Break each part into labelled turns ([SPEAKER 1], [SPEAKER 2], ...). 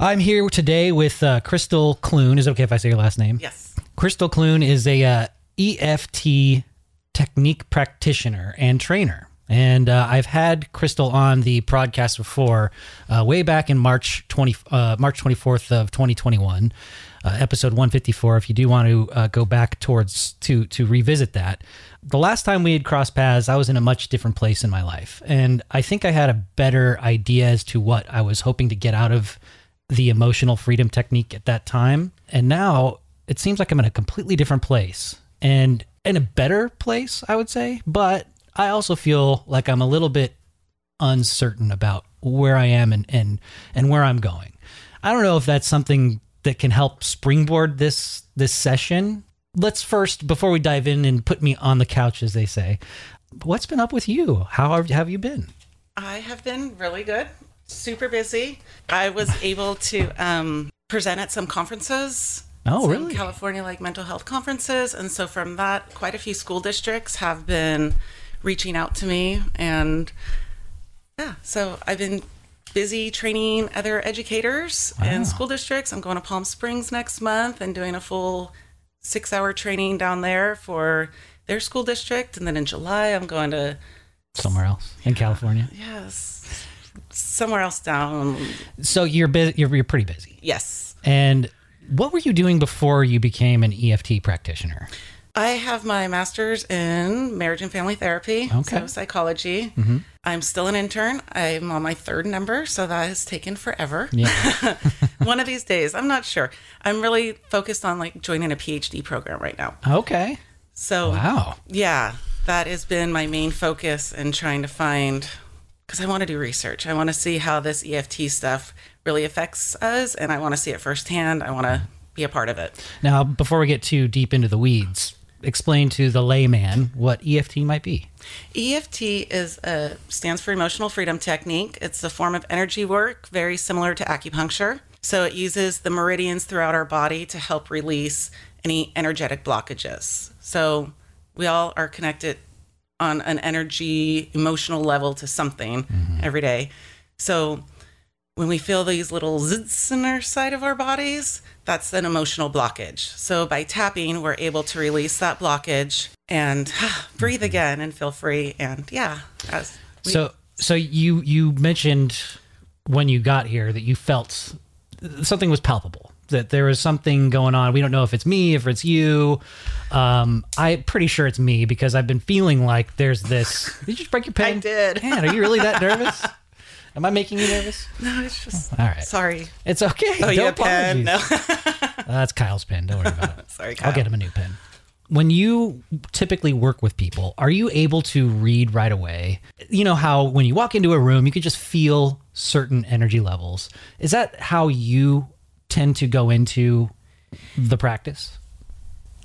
[SPEAKER 1] I'm here today with uh, Crystal Clune. Is it okay if I say your last name?
[SPEAKER 2] Yes.
[SPEAKER 1] Crystal Clune is a uh, EFT technique practitioner and trainer. And uh, I've had Crystal on the podcast before, uh, way back in March twenty uh, March twenty fourth of twenty twenty one, episode one fifty four. If you do want to uh, go back towards to to revisit that, the last time we had crossed paths, I was in a much different place in my life, and I think I had a better idea as to what I was hoping to get out of the emotional freedom technique at that time. And now it seems like I'm in a completely different place and in a better place, I would say. But I also feel like I'm a little bit uncertain about where I am and, and, and where I'm going. I don't know if that's something that can help springboard this this session. Let's first, before we dive in and put me on the couch, as they say, what's been up with you? How have- have you been?
[SPEAKER 2] I have been really good, super busy. I was able to um, present at some conferences.
[SPEAKER 1] Oh,
[SPEAKER 2] some
[SPEAKER 1] really?
[SPEAKER 2] California like mental health conferences. And so from that, quite a few school districts have been reaching out to me. And yeah, so I've been busy training other educators and school districts. I'm going to Palm Springs next month and doing a full six hour training down there for their school district. And then in July, I'm going to
[SPEAKER 1] Somewhere else in California.
[SPEAKER 2] Yes. Somewhere else down.
[SPEAKER 1] So you're bu- you're, you're pretty busy.
[SPEAKER 2] Yes.
[SPEAKER 1] And what were you doing before you became an EFT practitioner?
[SPEAKER 2] I have my master's in marriage and family therapy,
[SPEAKER 1] Okay. Mm-hmm.
[SPEAKER 2] so psychology. I'm still an intern. I'm on my third number, so that has taken forever. One of these days, I'm not sure. I'm really focused on like joining a PhD program right now.
[SPEAKER 1] Okay.
[SPEAKER 2] So,
[SPEAKER 1] Wow.
[SPEAKER 2] yeah, that has been my main focus in trying to find because I want to do research. I want to see how this EFT stuff really affects us, and I want to see it firsthand. I want to be a part of it.
[SPEAKER 1] Now, before we get too deep into the weeds, explain to the layman what EFT might be.
[SPEAKER 2] EFT E is a, stands for Emotional Freedom Technique. It's a form of energy work very similar to acupuncture. So it uses the meridians throughout our body to help release any energetic blockages. So we all are connected on an energy, emotional level to something every day. So when we feel these little zits in our side of our bodies, that's an emotional blockage. So by tapping, we're able to release that blockage and breathe again and feel free. And yeah, as we-
[SPEAKER 1] so, so you you mentioned when you got here that you felt something was palpable. That there was something going on. We don't know if it's me, if it's you. Um, I'm pretty sure it's me because I've been feeling like there's this. Did you just break your pen?
[SPEAKER 2] did.
[SPEAKER 1] Man, are you really that nervous? Am I making you nervous?
[SPEAKER 2] no, it's just
[SPEAKER 1] All right.
[SPEAKER 2] sorry.
[SPEAKER 1] It's okay.
[SPEAKER 2] Oh,
[SPEAKER 1] no
[SPEAKER 2] you have a pen?
[SPEAKER 1] apologies. Ah,
[SPEAKER 2] No,
[SPEAKER 1] That's Kyle's pen. Don't worry about it.
[SPEAKER 2] sorry. Kyle.
[SPEAKER 1] I'll get him a new pen. When you typically work with people, are you able to read right away? You know how when you walk into a room, you can just feel certain energy levels. Is that how you tend to go into the practice?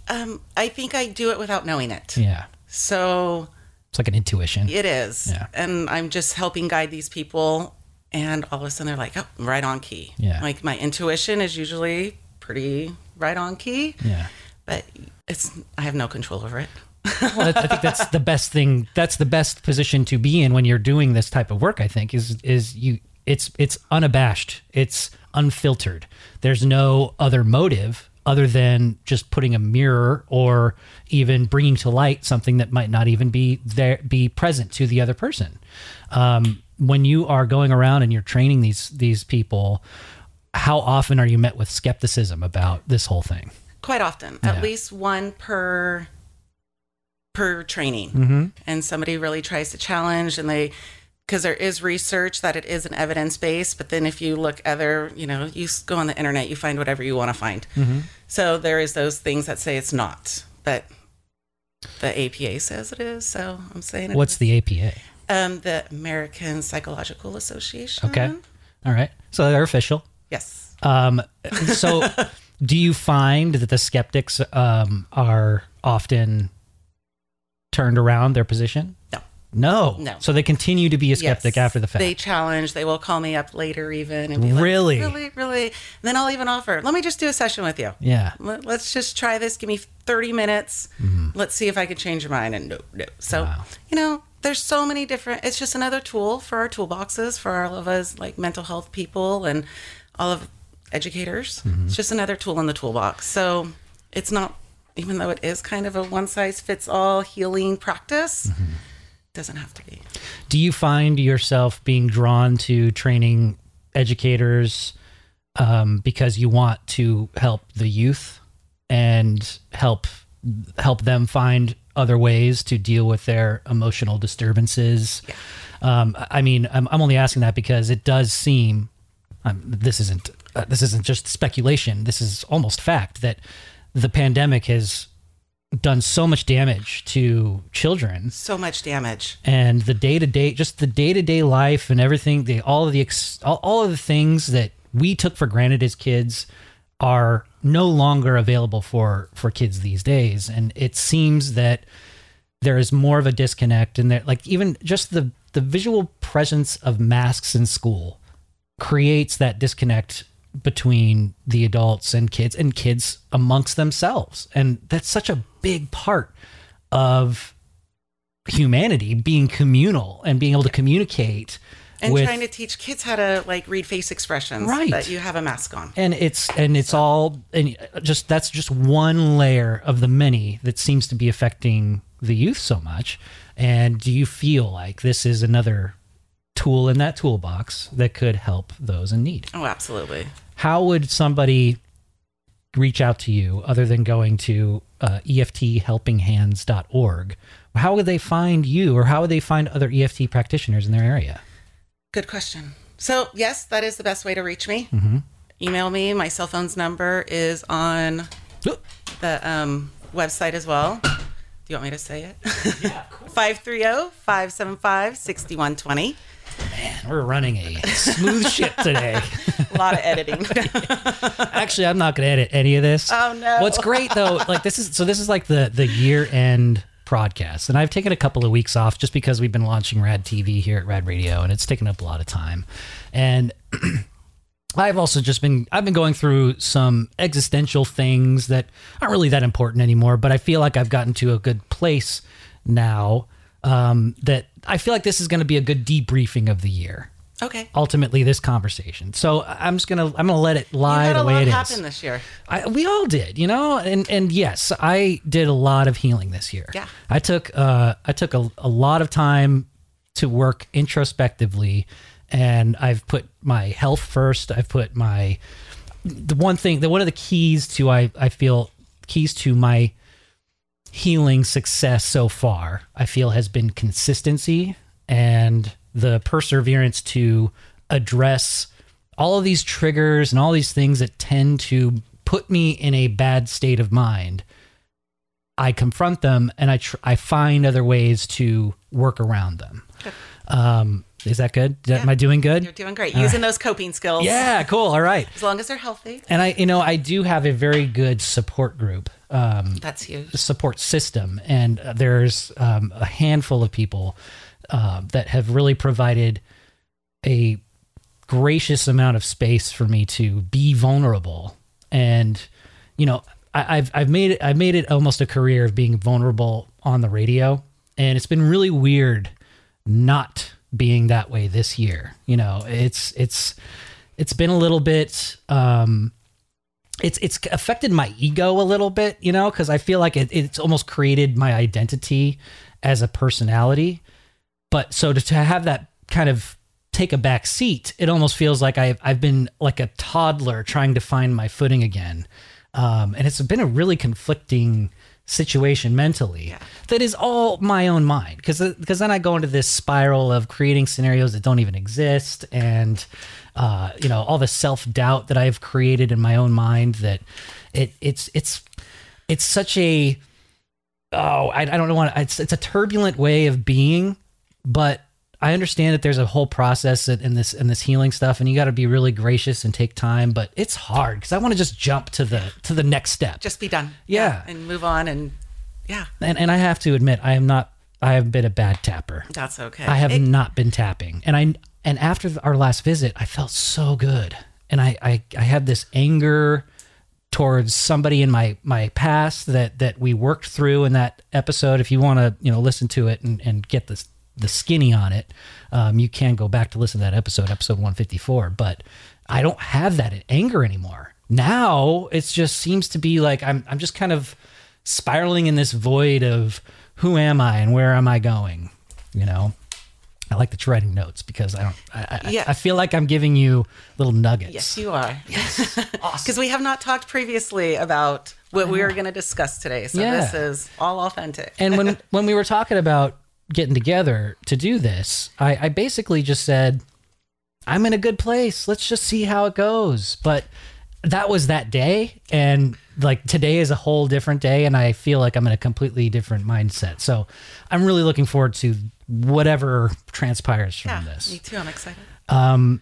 [SPEAKER 2] Um, I think I do it without knowing it.
[SPEAKER 1] Yeah.
[SPEAKER 2] So
[SPEAKER 1] It's like an intuition.
[SPEAKER 2] it is,
[SPEAKER 1] Yeah.
[SPEAKER 2] and I'm just helping guide these people. And all of a sudden, they're like, "Oh, right on key."
[SPEAKER 1] Yeah.
[SPEAKER 2] Like my intuition is usually pretty right on key.
[SPEAKER 1] Yeah.
[SPEAKER 2] but it's I have no control over it.
[SPEAKER 1] Well, that, I think that's the best thing. That's the best position to be in when you're doing this type of work. I think is is you. It's it's unabashed. It's unfiltered. There's no other motive other than just putting a mirror or even bringing to light something that might not even be there be present to the other person. Um, when you are going around and you're training these these people, how often are you met with skepticism about this whole thing?
[SPEAKER 2] Quite often,
[SPEAKER 1] Yeah.
[SPEAKER 2] at least one per per training,
[SPEAKER 1] Mm. Mm-hmm.
[SPEAKER 2] and somebody really tries to challenge, and they because there is research that it is an evidence base. But then if you look other, you know, you s- go on the internet, you find whatever you want to find.
[SPEAKER 1] Mm-hmm.
[SPEAKER 2] So there is those things that say it's not, but the APA says it is. So I'm saying it
[SPEAKER 1] What's
[SPEAKER 2] is.
[SPEAKER 1] the APA?
[SPEAKER 2] um the American Psychological Association?
[SPEAKER 1] Okay, all right. So they're official.
[SPEAKER 2] Yes.
[SPEAKER 1] Um, so, do you find that the skeptics um, are often turned around their position?
[SPEAKER 2] No.
[SPEAKER 1] No.
[SPEAKER 2] No.
[SPEAKER 1] So they continue to be a skeptic
[SPEAKER 2] Yes.
[SPEAKER 1] after the fact.
[SPEAKER 2] They challenge. They will call me up later, even. And be
[SPEAKER 1] Really?
[SPEAKER 2] Like, really? Really? And then I'll even offer, let me just do a session with you.
[SPEAKER 1] yeah.
[SPEAKER 2] Let- Let's just try this. Give me 30 minutes. Let's see if I can change your mind. And no, no. So,
[SPEAKER 1] Mm-hmm. Wow.
[SPEAKER 2] you know, there's so many different, it's just another tool for our toolboxes, for all of us, like mental health people and all of educators.
[SPEAKER 1] Mm-hmm.
[SPEAKER 2] It's just another tool in the toolbox. So it's not, even though it is kind of a one size fits all healing practice,
[SPEAKER 1] Mm-hmm.
[SPEAKER 2] doesn't have to be.
[SPEAKER 1] Do you find yourself being drawn to training educators um, because you want to help the youth and help help them find other ways to deal with their emotional disturbances? Um, I I mean, I'm, I'm only asking that because it does seem um, this isn't uh, this isn't just speculation. This is almost fact that the pandemic has done so much damage to children
[SPEAKER 2] So much damage.
[SPEAKER 1] and the day to day, just the day to day life and everything, the all of the ex, all, all of the things that we took for granted as kids are no longer available for for kids these days, and it seems that there is more of a disconnect, and that like even just the the visual presence of masks in school creates that disconnect between the adults and kids and kids amongst themselves and that's such a big part of humanity being communal and being able to communicate
[SPEAKER 2] And
[SPEAKER 1] with
[SPEAKER 2] trying to teach kids how to like read face expressions
[SPEAKER 1] Right.
[SPEAKER 2] that you have a mask on.
[SPEAKER 1] and it's and it's all and just that's just one layer of the many that seems to be affecting the youth so much and do you feel like this is another tool in that toolbox that could help those in need
[SPEAKER 2] Oh, absolutely.
[SPEAKER 1] how would somebody reach out to you other than going to uh, efthelpinghands.org how would they find you or how would they find other eft practitioners in their area
[SPEAKER 2] Good question. So, yes, that is the best way to reach me.
[SPEAKER 1] Mm-hmm.
[SPEAKER 2] Email me. My cell phone's number is on the um, website as well. Do you want me to say it? oh, 530 575 6120.
[SPEAKER 1] We're running a smooth ship today.
[SPEAKER 2] A lot of editing.
[SPEAKER 1] Actually, I'm not going to edit any of this.
[SPEAKER 2] Oh, no.
[SPEAKER 1] What's great though, like this is so this is like the the year end broadcast, and I've taken a couple of weeks off just because we've been launching Rad TV here at Rad Radio, and it's taken up a lot of time. And I've also just been I've been going through some existential things that aren't really that important anymore, but I feel like I've gotten to a good place now. Um, that I feel like this is going to be a good debriefing of the year.
[SPEAKER 2] okay.
[SPEAKER 1] ultimately this conversation. So I'm just gonna I'm gonna let it lie
[SPEAKER 2] you had
[SPEAKER 1] the
[SPEAKER 2] a
[SPEAKER 1] way
[SPEAKER 2] lot
[SPEAKER 1] it is.
[SPEAKER 2] happen this year.
[SPEAKER 1] I, we all did, you know, and and yes, I did a lot of healing this year.
[SPEAKER 2] Yeah.
[SPEAKER 1] I took uh I took a, a lot of time to work introspectively, and I've put my health first. I've put my the one thing the one of the keys to I I feel keys to my healing success so far, I feel has been consistency and the perseverance to address all of these triggers and all these things that tend to put me in a bad state of mind. I confront them and I tr- I find other ways to work around them. Um, is that good? Is that- Am I doing good?
[SPEAKER 2] You're doing great. Using those coping skills.
[SPEAKER 1] Yeah, cool. All right.
[SPEAKER 2] As long as they're healthy,
[SPEAKER 1] And I, you know, I do have a very good support group. Um,
[SPEAKER 2] that's huge.
[SPEAKER 1] support system, and uh, there's um, a handful of people uh, that have really provided a gracious amount of space for me to be vulnerable. And you know, I, I've I've made it I've made it almost a career of being vulnerable on the radio, and it's been really weird not being that way this year. You know, it's it's it's been a little bit. Um, it's it's affected my ego a little bit, you know, because I feel like it, it's almost created my identity as a personality. But so to, to have that kind of take a back seat, it almost feels like I've I've been like a toddler trying to find my footing again, um, and it's been a really conflicting situation mentally that is all my own mind because because then I go into this spiral of creating scenarios that don't even exist and uh, you know all the self doubt that I've created in my own mind that it it's it's it's such a oh I, I don't want to, it's it's a turbulent way of being but I understand that there's a whole process in- in this in this healing stuff and you got to be really gracious and take time but it's hard because I want to just jump to the to the next step
[SPEAKER 2] Just be done.
[SPEAKER 1] Yeah.
[SPEAKER 2] And move on. And yeah,
[SPEAKER 1] and and I have to admit I am not I have been a bad tapper
[SPEAKER 2] that's okay.
[SPEAKER 1] I have
[SPEAKER 2] It-
[SPEAKER 1] not been tapping, and I and after th- our last visit, I felt so good, and I I, I had this anger towards somebody in my my past that that we worked through in that episode. If you want to you know listen to it and and get this the skinny on it, um, you can go back to listen to that episode, episode 154. But I don't have that anger anymore. Now it just seems to be like I'm I'm just kind of spiraling in this void of who am I and where am I going? You know, I like that you're writing notes because I don't. I, I,
[SPEAKER 2] Yeah.
[SPEAKER 1] I feel like I'm giving you little nuggets.
[SPEAKER 2] Yes, you are.
[SPEAKER 1] Awesome.
[SPEAKER 2] Because we have not talked previously about what we are going to discuss today. So
[SPEAKER 1] Yeah.
[SPEAKER 2] this is all authentic.
[SPEAKER 1] and when when we were talking about getting together to do this, I, I basically just said, "I'm in a good place. Let's just see how it goes." But that was that day, and like today is a whole different day, and I feel like I'm in a completely different mindset. So I'm really looking forward to whatever transpires from
[SPEAKER 2] yeah,
[SPEAKER 1] this.
[SPEAKER 2] me too. I'm excited.
[SPEAKER 1] Um,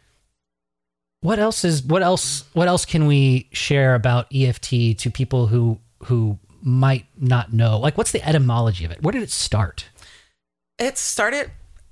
[SPEAKER 1] what else is what else what else can we share about EFT to people who who might not know? Like, what's the etymology of it? Where did it start?
[SPEAKER 2] It started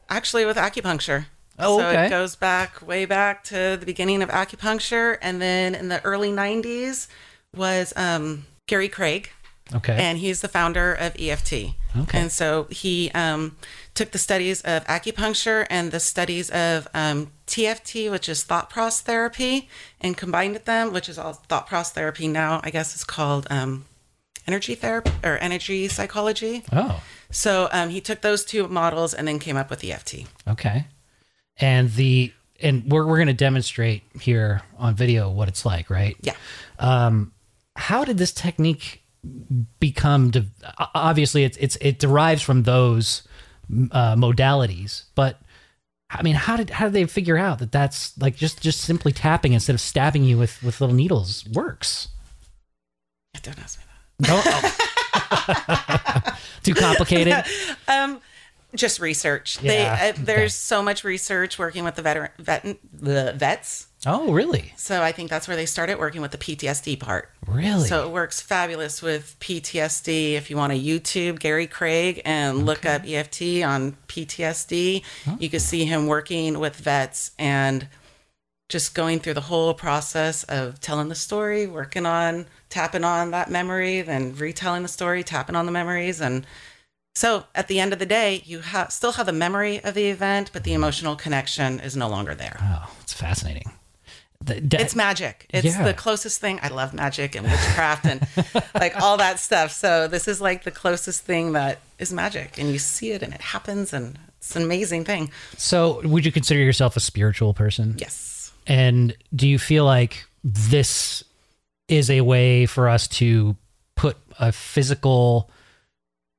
[SPEAKER 2] actually with acupuncture.
[SPEAKER 1] Oh,
[SPEAKER 2] so
[SPEAKER 1] okay.
[SPEAKER 2] it goes back way back to the beginning of acupuncture, and then in the early '90s was um, Gary Craig,
[SPEAKER 1] Okay,
[SPEAKER 2] and he's the founder of EFT.
[SPEAKER 1] Okay.
[SPEAKER 2] And so he um, took the studies of acupuncture and the studies of um, TFT, which is thought process therapy, and combined them, which is all thought process therapy now. I guess is called um, energy therapy or energy psychology.
[SPEAKER 1] oh,
[SPEAKER 2] So um, he took those two models and then came up with E EFT.
[SPEAKER 1] okay, and the and we're we're gonna demonstrate here on video what it's like, right?
[SPEAKER 2] Yeah.
[SPEAKER 1] Um, how did this technique become? De- o- obviously, it's it's it derives from those uh, modalities, but I mean, how did how did they figure out that that's like just just simply tapping instead of stabbing you with with little needles works?
[SPEAKER 2] Don't ask me that.
[SPEAKER 1] Don't, oh. Too complicated.
[SPEAKER 2] Um, just research.
[SPEAKER 1] Yeah.
[SPEAKER 2] They, uh, there's so much research working with the veteran vet, the vets.
[SPEAKER 1] Oh, really?
[SPEAKER 2] So I think that's where they started working with the PTSD part.
[SPEAKER 1] Really?
[SPEAKER 2] So it works fabulous with PTSD. If you want to YouTube Gary Craig and look up EFT on PTSD, you can see him working with vets and just going through the whole process of telling the story, working on tapping on that memory, then retelling the story, tapping on the memories and so at the end of the day, you ha- still have the memory of the event, but the emotional connection is no longer there.
[SPEAKER 1] oh, it's fascinating. The- de-
[SPEAKER 2] It's magic. It's
[SPEAKER 1] Yeah.
[SPEAKER 2] the closest thing. I love magic and witchcraft and like all that stuff. So this is like the closest thing that is magic, and you see it, and it happens, and it's an amazing thing.
[SPEAKER 1] so, would you consider yourself a spiritual person?
[SPEAKER 2] Yes.
[SPEAKER 1] And do you feel like this is a way for us to put a physical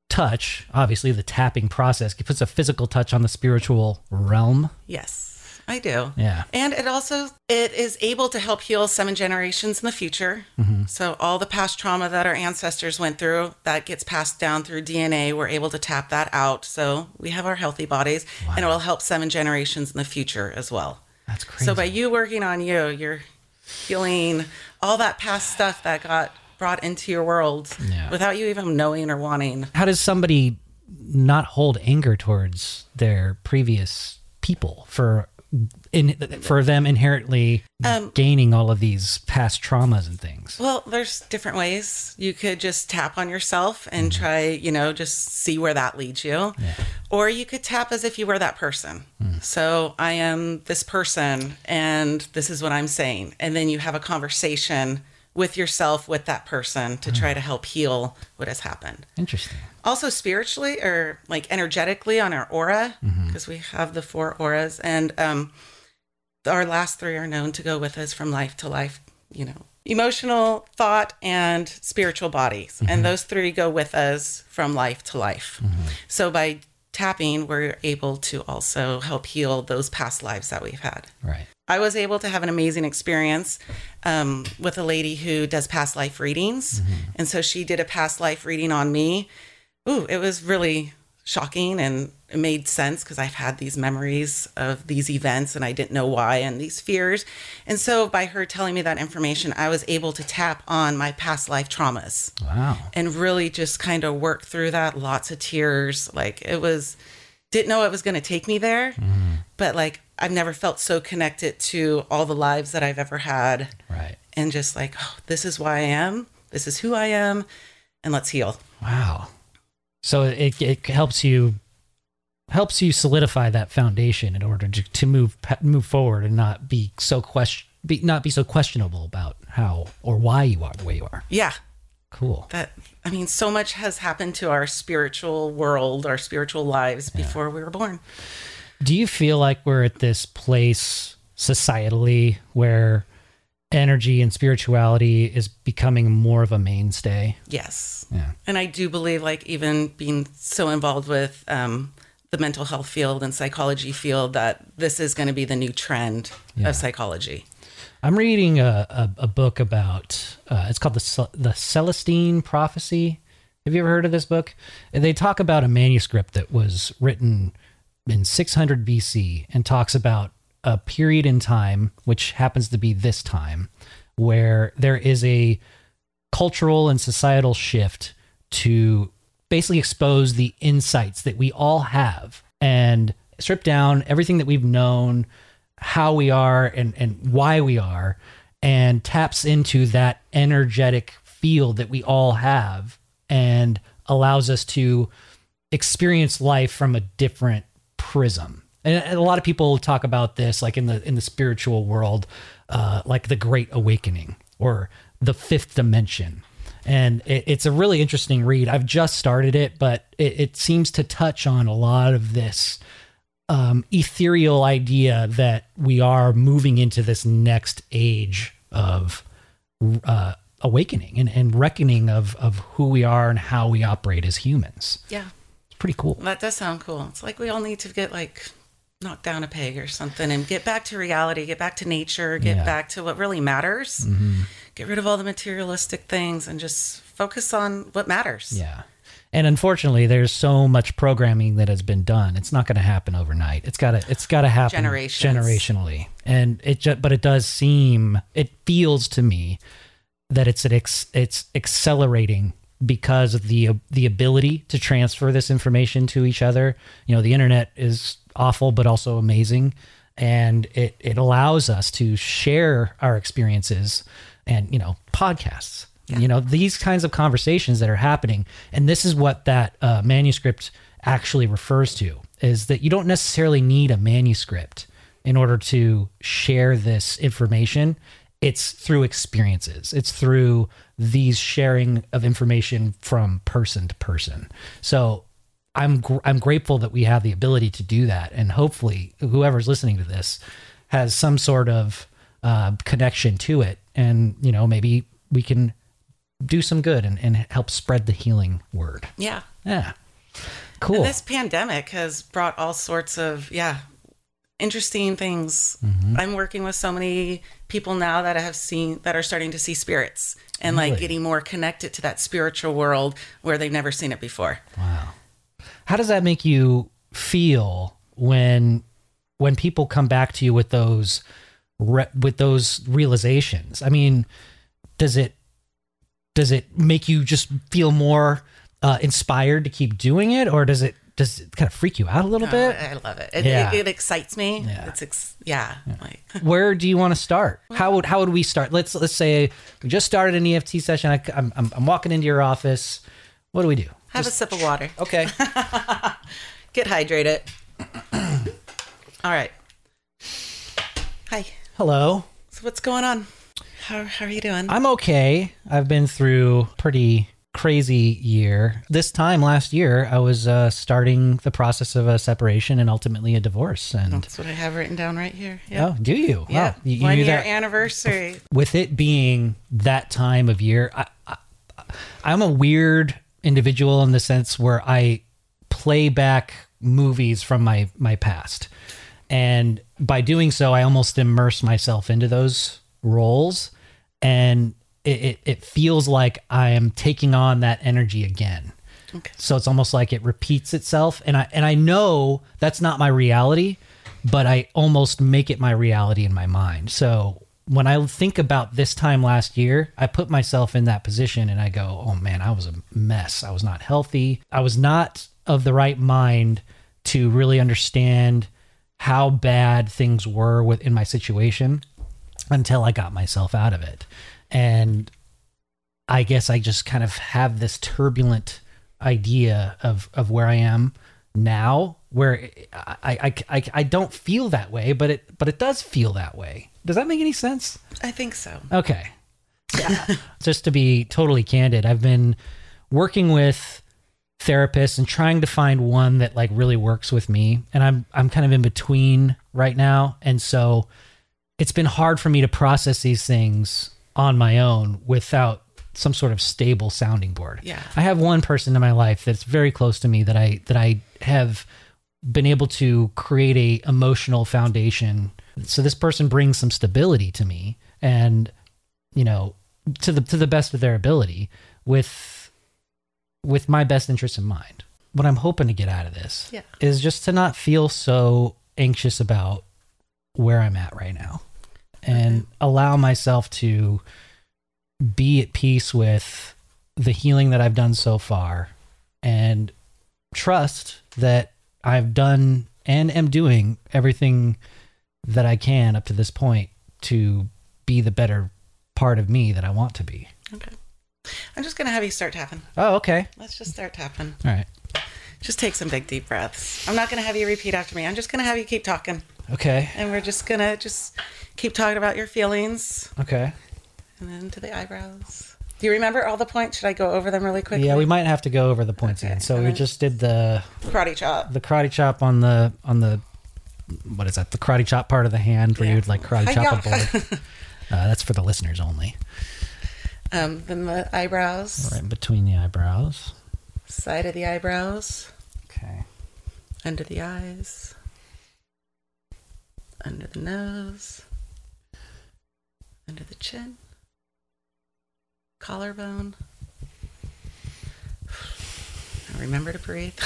[SPEAKER 1] touch, obviously the tapping process it puts a physical touch on the spiritual realm?
[SPEAKER 2] Yes, I do.
[SPEAKER 1] Yeah.
[SPEAKER 2] And it also it is able to help heal seven generations in the future. So all the past trauma that our ancestors went through that gets passed down through DNA, we're able to tap that out. So we have our healthy bodies, and it will help seven generations in the future as well.
[SPEAKER 1] That's crazy.
[SPEAKER 2] So by you working on you, you're healing all that past stuff that got brought into your world
[SPEAKER 1] Yeah.
[SPEAKER 2] without you even knowing or wanting.
[SPEAKER 1] How does somebody not hold anger towards their previous people for in for them inherently
[SPEAKER 2] Um,
[SPEAKER 1] gaining all of these past traumas and things?
[SPEAKER 2] Well, there's different ways. You could just tap on yourself and try, you know, just see where that leads you. Or you could tap as if you were that person. So I am this person and this is what I'm saying. And then you have a conversation with yourself, with that person to try to help heal what has happened.
[SPEAKER 1] Interesting.
[SPEAKER 2] also spiritually or like energetically on our aura because we have the four auras and um our last three are known to go with us from life to life you know emotional thought and spiritual bodies and those three go with us from life to life so by tapping we're able to also help heal those past lives that we've had
[SPEAKER 1] Right.
[SPEAKER 2] I was able to have an amazing experience um, with a lady who does past life readings. And so she did a past life reading on me. Ooh, it was really shocking and it made sense because I've had these memories of these events and I didn't know why and these fears. And so by her telling me that information, I was able to tap on my past life traumas
[SPEAKER 1] Wow.
[SPEAKER 2] and really just kind of work through that. Lots of tears. Like it was, didn't know it was going to take me there, but like I've never felt so connected to all the lives that I've ever had
[SPEAKER 1] Right.
[SPEAKER 2] and just like, oh, this is why I am. This is who I am. And let's heal.
[SPEAKER 1] Wow. So it, it helps you helps you solidify that foundation in order to, to move pa- move forward and not be so question be, not be so questionable about how or why you are the way you are.
[SPEAKER 2] Yeah.
[SPEAKER 1] Cool.
[SPEAKER 2] That I mean, so much has happened to our spiritual world, our spiritual lives before we were born.
[SPEAKER 1] Do you feel like we're at this place societally where energy and spirituality is becoming more of a mainstay?
[SPEAKER 2] Yes.
[SPEAKER 1] Yeah.
[SPEAKER 2] And I do believe, like, even being so involved with um, the mental health field and psychology field, that this is going to be the new trend of psychology.
[SPEAKER 1] I'm reading a, a, a book about uh, it's called the Cel- the Celestine Prophecy. Have you ever heard of this book? And They talk about a manuscript that was written in 600 BC and talks about a period in time, which happens to be this time, where there is a cultural and societal shift to basically expose the insights that we all have and strip down everything that we've known, how we are and and why we are, and taps into that energetic field that we all have and allows us to experience life from a different prism. And, and a lot of people talk about this, like in the in the spiritual world, uh, like the Great Awakening or the fifth dimension. And it, it's a really interesting read. I've just started it, but it, it seems to touch on a lot of this um, ethereal idea that we are moving into this next age of uh, awakening and, and reckoning of of who we are and how we operate as humans.
[SPEAKER 2] Yeah.
[SPEAKER 1] It's pretty cool.
[SPEAKER 2] That does sound cool. It's like we all need to get, like, knocked down a peg or something and get back to reality, get back to nature, get
[SPEAKER 1] Yeah. Mm-hmm.
[SPEAKER 2] back to what really matters, get rid of all the materialistic things and just focus on what matters.
[SPEAKER 1] Yeah. And unfortunately, there's so much programming that has been done. It's not going to happen overnight. It's got to it's got to happen
[SPEAKER 2] Generations.
[SPEAKER 1] generationally. And it ju- but it does seem it feels to me that it's an ex- it's accelerating because of the the ability to transfer this information to each other. You know, the internet is awful but also amazing, and it it allows us to share our experiences and you know podcasts. You know these kinds of conversations that are happening, and this is what that uh, manuscript actually refers to: is that you don't necessarily need a manuscript in order to share this information it's through experiences it's through these sharing of information from person to person so i'm gr- i'm grateful that we have the ability to do that and hopefully whoever's listening to this has some sort of uh, connection to it and you know maybe we can do some good and, and help spread the healing word
[SPEAKER 2] Yeah.
[SPEAKER 1] yeah cool
[SPEAKER 2] This pandemic has brought all sorts of, yeah, interesting things.
[SPEAKER 1] Mm-hmm.
[SPEAKER 2] I'm working with so many people now that I have seen that are starting to see spirits and like
[SPEAKER 1] Really?
[SPEAKER 2] getting more connected to that spiritual world where they've never seen it before.
[SPEAKER 1] how does that make you feel when when people come back to you with those re- with those realizations i mean does it does it make you just feel more uh, inspired to keep doing it or does it does it kind of freak you out a little
[SPEAKER 2] I,
[SPEAKER 1] bit
[SPEAKER 2] Oh, I love it. It,
[SPEAKER 1] Yeah.
[SPEAKER 2] it, it excites me.
[SPEAKER 1] Yeah.
[SPEAKER 2] It's ex- yeah, like
[SPEAKER 1] where do you want to start? How would how would we start? Let's let's say we just started an EFT session. I, am I'm I'm walking into your office. What do we do?
[SPEAKER 2] have a sip of water.
[SPEAKER 1] Okay.
[SPEAKER 2] Get hydrated. All right. Hi.
[SPEAKER 1] Hello.
[SPEAKER 2] So what's going on? How, how are you doing?
[SPEAKER 1] I'm okay. I've been through a pretty crazy year. This time last year, I was uh, starting the process of a separation and ultimately a divorce. And
[SPEAKER 2] That's what I have written down right here. Mm. Yeah.
[SPEAKER 1] oh, do you?
[SPEAKER 2] Yeah.
[SPEAKER 1] Wow. You, you
[SPEAKER 2] One
[SPEAKER 1] knew
[SPEAKER 2] year
[SPEAKER 1] that
[SPEAKER 2] anniversary.
[SPEAKER 1] with it being that time of year, I, I, I'm a weird individual in the sense where I play back movies from my my past, and by doing so, I almost immerse myself into those roles, and it it, it feels like I am taking on that energy again.
[SPEAKER 2] Okay.
[SPEAKER 1] So it's almost like it repeats itself, and I and I know that's not my reality, but I almost make it my reality in my mind. So when I think about this time last year, I put myself in that position, and I go, "Oh man, I was a mess. I was not healthy. I was not of the right mind to really understand how bad things were within my situation until I got myself out of it." And I guess I just kind of have this turbulent idea of of where I am now where I, I, I, I don't feel that way, but it but it does feel that way. Does that make any sense?
[SPEAKER 2] I think so.
[SPEAKER 1] Okay. Just to be totally candid, I've been working with therapists and trying to find one that like really works with me, and I'm I'm kind of in between right now, and so it's been hard for me to process these things on my own without some sort of stable sounding board.
[SPEAKER 2] Yeah.
[SPEAKER 1] I have one person in my life that's very close to me that I that I have been able to create a emotional foundation. So this person brings some stability to me and you know to the to the best of their ability with with my best interest in mind. What I'm hoping to get out of this
[SPEAKER 2] Yeah.
[SPEAKER 1] is just to not feel so anxious about where I'm at right now and allow myself to be at peace with the healing that I've done so far and trust that I've done and am doing everything that I can up to this point to be the better part of me that I want to be.
[SPEAKER 2] Okay. I'm just gonna have you start tapping.
[SPEAKER 1] Oh, okay.
[SPEAKER 2] Let's just start tapping.
[SPEAKER 1] All right.
[SPEAKER 2] Just take some big deep breaths. I'm not gonna have you repeat after me. I'm just gonna have you keep talking,
[SPEAKER 1] Okay.
[SPEAKER 2] and we're just gonna just keep talking about your feelings,
[SPEAKER 1] Okay.
[SPEAKER 2] and then to the eyebrows. Do you remember all the points? Should I go over them really quickly?
[SPEAKER 1] Yeah, we might have to go over the points again. So we just did the
[SPEAKER 2] karate chop.
[SPEAKER 1] the karate chop on the on the what is that? The karate chop part of the hand where you
[SPEAKER 2] Yeah.
[SPEAKER 1] would like karate chop a
[SPEAKER 2] Hi-ya.
[SPEAKER 1] board. Uh, that's for the listeners only.
[SPEAKER 2] Um, then the eyebrows,
[SPEAKER 1] Right in between the eyebrows.
[SPEAKER 2] side of the eyebrows,
[SPEAKER 1] Okay.
[SPEAKER 2] under the eyes, under the nose, under the chin, collarbone. Now remember to breathe.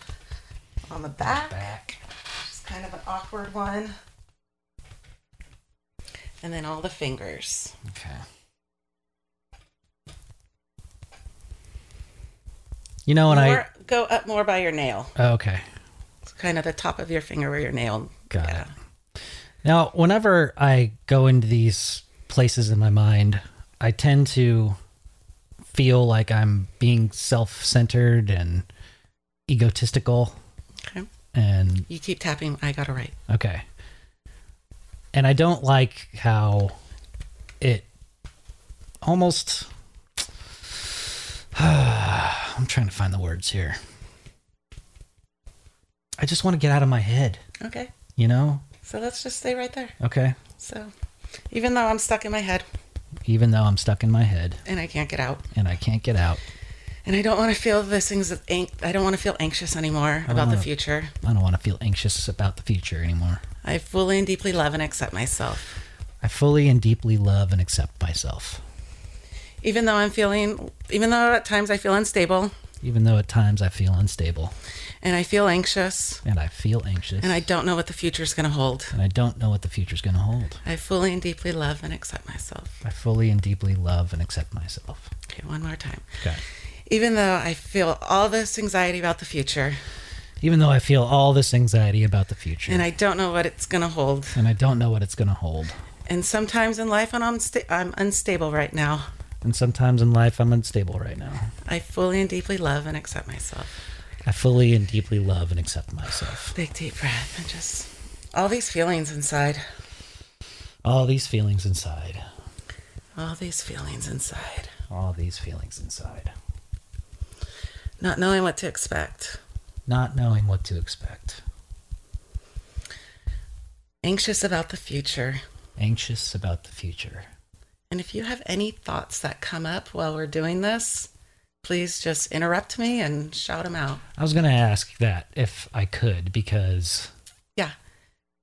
[SPEAKER 2] On the back,
[SPEAKER 1] Back.
[SPEAKER 2] which is kind of an awkward one. And then all the fingers.
[SPEAKER 1] Okay. You know when Oh, I
[SPEAKER 2] More- go up more by your nail.
[SPEAKER 1] oh, okay.
[SPEAKER 2] It's kind of the top of your finger where your nail.
[SPEAKER 1] Got it. Now, whenever I go into these places in my mind, I tend to feel like I'm being self centered and egotistical.
[SPEAKER 2] Okay.
[SPEAKER 1] And
[SPEAKER 2] You keep tapping. I got it right.
[SPEAKER 1] okay. And I don't like how it almost. I'm trying to find the words here. I just want to get out of my head,
[SPEAKER 2] Okay.
[SPEAKER 1] you know?
[SPEAKER 2] So let's just stay right there.
[SPEAKER 1] Okay.
[SPEAKER 2] So even though I'm stuck in my head
[SPEAKER 1] even though I'm stuck in my head
[SPEAKER 2] and I can't get out
[SPEAKER 1] and I can't get out.
[SPEAKER 2] and I don't want to feel this things of ang- I don't want to feel anxious anymore about the future.
[SPEAKER 1] I don't want to feel anxious about the future anymore.
[SPEAKER 2] I fully and deeply love and accept myself.
[SPEAKER 1] I fully and deeply love and accept myself,
[SPEAKER 2] Even though I'm feeling even though at times I feel unstable
[SPEAKER 1] even though at times I feel unstable
[SPEAKER 2] and I feel anxious
[SPEAKER 1] and I feel anxious
[SPEAKER 2] and I don't know what the future is going to hold.
[SPEAKER 1] and I don't know what the future's going to hold.
[SPEAKER 2] I fully and deeply love and accept myself.
[SPEAKER 1] I fully and deeply love and accept myself.
[SPEAKER 2] Okay, one more time.
[SPEAKER 1] Okay.
[SPEAKER 2] Even though I feel all this anxiety about the future
[SPEAKER 1] Even though I feel all this anxiety about the future
[SPEAKER 2] and I don't know what it's going to hold.
[SPEAKER 1] and I don't know what it's going to hold.
[SPEAKER 2] And sometimes in life when I'm sta- I'm unstable right now.
[SPEAKER 1] And sometimes in life I'm unstable right now.
[SPEAKER 2] I fully and deeply love and accept myself.
[SPEAKER 1] I fully and deeply love and accept myself.
[SPEAKER 2] Big deep breath and just all these feelings inside.
[SPEAKER 1] All these feelings inside.
[SPEAKER 2] All these feelings inside.
[SPEAKER 1] All these feelings inside.
[SPEAKER 2] Not knowing what to expect.
[SPEAKER 1] not knowing what to expect,
[SPEAKER 2] Anxious about the future.
[SPEAKER 1] anxious about the future.
[SPEAKER 2] And if you have any thoughts that come up while we're doing this, please just interrupt me and shout them out.
[SPEAKER 1] I was going to ask that if I could because
[SPEAKER 2] Yeah.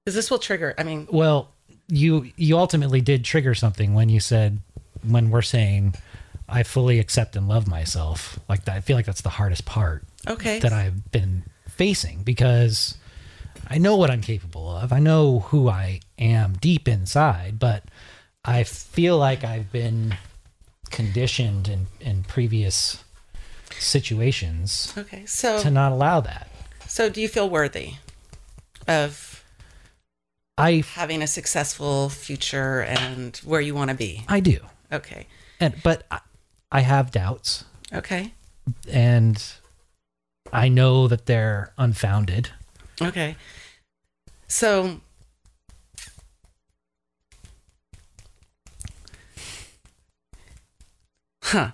[SPEAKER 2] Because this will trigger. I mean,
[SPEAKER 1] well, you you ultimately did trigger something when you said when we're saying I fully accept and love myself. Like that, I feel like that's the hardest part
[SPEAKER 2] okay.
[SPEAKER 1] that I've been facing because I know what I'm capable of. I know who I am deep inside, but I feel like I've been conditioned in, in previous situations
[SPEAKER 2] Okay. So,
[SPEAKER 1] to not allow that.
[SPEAKER 2] so do you feel worthy of
[SPEAKER 1] I
[SPEAKER 2] having a successful future and where you want to be?
[SPEAKER 1] I do,
[SPEAKER 2] Okay.
[SPEAKER 1] and but I, I have doubts,
[SPEAKER 2] Okay.
[SPEAKER 1] and I know that they're unfounded.
[SPEAKER 2] Okay. So Huh.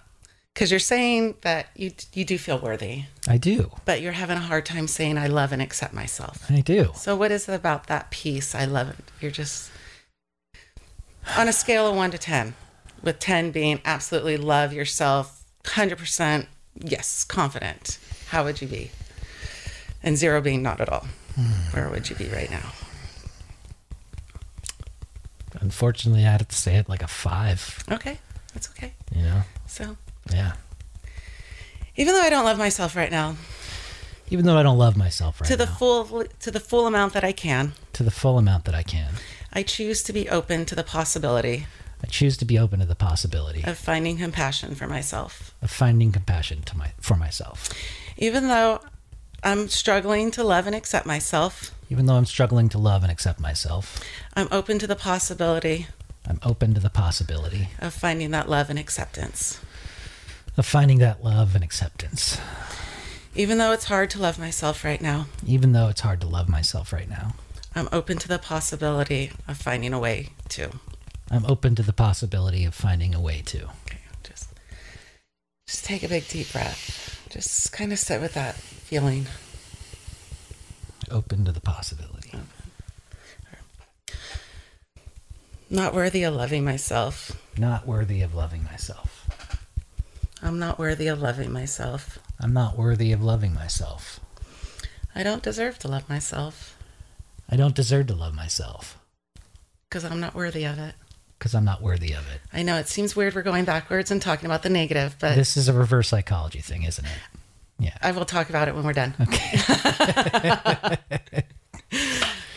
[SPEAKER 2] Cuz you're saying that you you do feel worthy,
[SPEAKER 1] I do.
[SPEAKER 2] but you're having a hard time saying I love and accept myself.
[SPEAKER 1] I do.
[SPEAKER 2] So what is it about that piece I love? it? You're just on a scale of 1 to 10, with 10 being absolutely love yourself 100% yes, confident. How would you be? And 0 being not at all. Where would you be right now?
[SPEAKER 1] Unfortunately, I had to say it like a five,
[SPEAKER 2] Okay, that's okay.
[SPEAKER 1] you know?
[SPEAKER 2] So,
[SPEAKER 1] Yeah.
[SPEAKER 2] even though I don't love myself right now,
[SPEAKER 1] Even though I don't love myself right
[SPEAKER 2] to the
[SPEAKER 1] now,
[SPEAKER 2] full to the full amount that I can,
[SPEAKER 1] to the full amount that I can,
[SPEAKER 2] I choose to be open to the possibility
[SPEAKER 1] I choose to be open to the possibility
[SPEAKER 2] of finding compassion for myself.
[SPEAKER 1] of finding compassion to my for myself.
[SPEAKER 2] Even though I'm struggling to love and accept myself,
[SPEAKER 1] Even though I'm struggling to love and accept myself,
[SPEAKER 2] I'm open to the possibility
[SPEAKER 1] I'm open to the possibility
[SPEAKER 2] of finding that love and acceptance.
[SPEAKER 1] of finding that love and acceptance,
[SPEAKER 2] Even though it's hard to love myself right now,
[SPEAKER 1] even though it's hard to love myself right now.
[SPEAKER 2] I'm open to the possibility of finding a way to.
[SPEAKER 1] I'm open to the possibility of finding a way to.
[SPEAKER 2] Okay, just just take a big deep breath. Just kind of sit with that feeling.
[SPEAKER 1] Open to the possibility.
[SPEAKER 2] Not worthy of loving myself.
[SPEAKER 1] Not worthy of loving myself.
[SPEAKER 2] I'm not worthy of loving myself.
[SPEAKER 1] I'm not worthy of loving myself.
[SPEAKER 2] I don't deserve to love myself
[SPEAKER 1] I don't deserve to love myself
[SPEAKER 2] because I'm not worthy of it.
[SPEAKER 1] because I'm not worthy of it.
[SPEAKER 2] I know it seems weird we're going backwards and talking about the negative, but
[SPEAKER 1] This is a reverse psychology thing, isn't it? Yeah.
[SPEAKER 2] I will talk about it when we're done.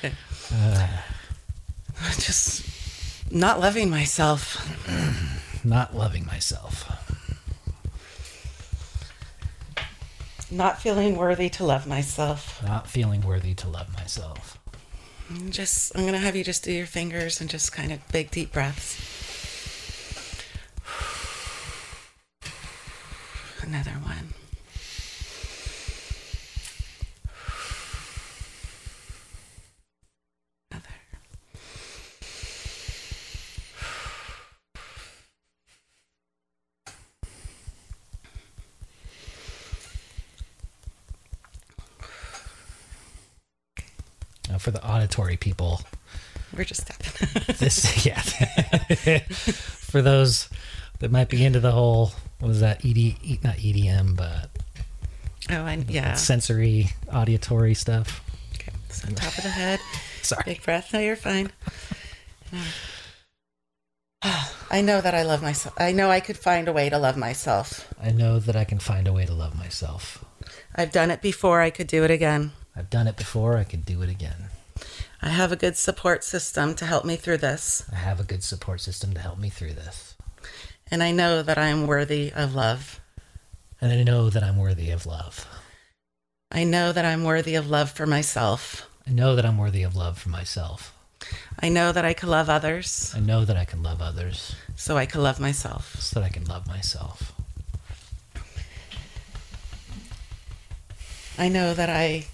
[SPEAKER 1] Okay.
[SPEAKER 2] Just not loving myself.
[SPEAKER 1] not loving myself.
[SPEAKER 2] Not feeling worthy to love myself.
[SPEAKER 1] Not feeling worthy to love myself.
[SPEAKER 2] And Just I'm going to have you just do your fingers and just kind of big deep breaths. Another one. Another.
[SPEAKER 1] Now, for the auditory people,
[SPEAKER 2] We're just tapping.
[SPEAKER 1] this, yeah. for those that might be into the whole, what is that, ED, not EDM, but
[SPEAKER 2] oh, I, yeah.
[SPEAKER 1] sensory, auditory stuff.
[SPEAKER 2] Okay. So top of the head.
[SPEAKER 1] Sorry.
[SPEAKER 2] Big breath. No, you're fine. I know that I love myself. I know I could find a way to love myself.
[SPEAKER 1] I know that I can find a way to love myself.
[SPEAKER 2] I've done it before. I could do it again.
[SPEAKER 1] I've done it before, I could do it again.
[SPEAKER 2] I have a good support system to help me through this,
[SPEAKER 1] I have a good support system to help me through this.
[SPEAKER 2] and I know that I am worthy of love.
[SPEAKER 1] And I know that I'm worthy of love.
[SPEAKER 2] I know that I'm worthy of love for myself.
[SPEAKER 1] I know that I'm worthy of love for myself.
[SPEAKER 2] I know that I can love others,
[SPEAKER 1] I know that I can love others
[SPEAKER 2] so I can love myself.
[SPEAKER 1] so that I can love myself.
[SPEAKER 2] I know that I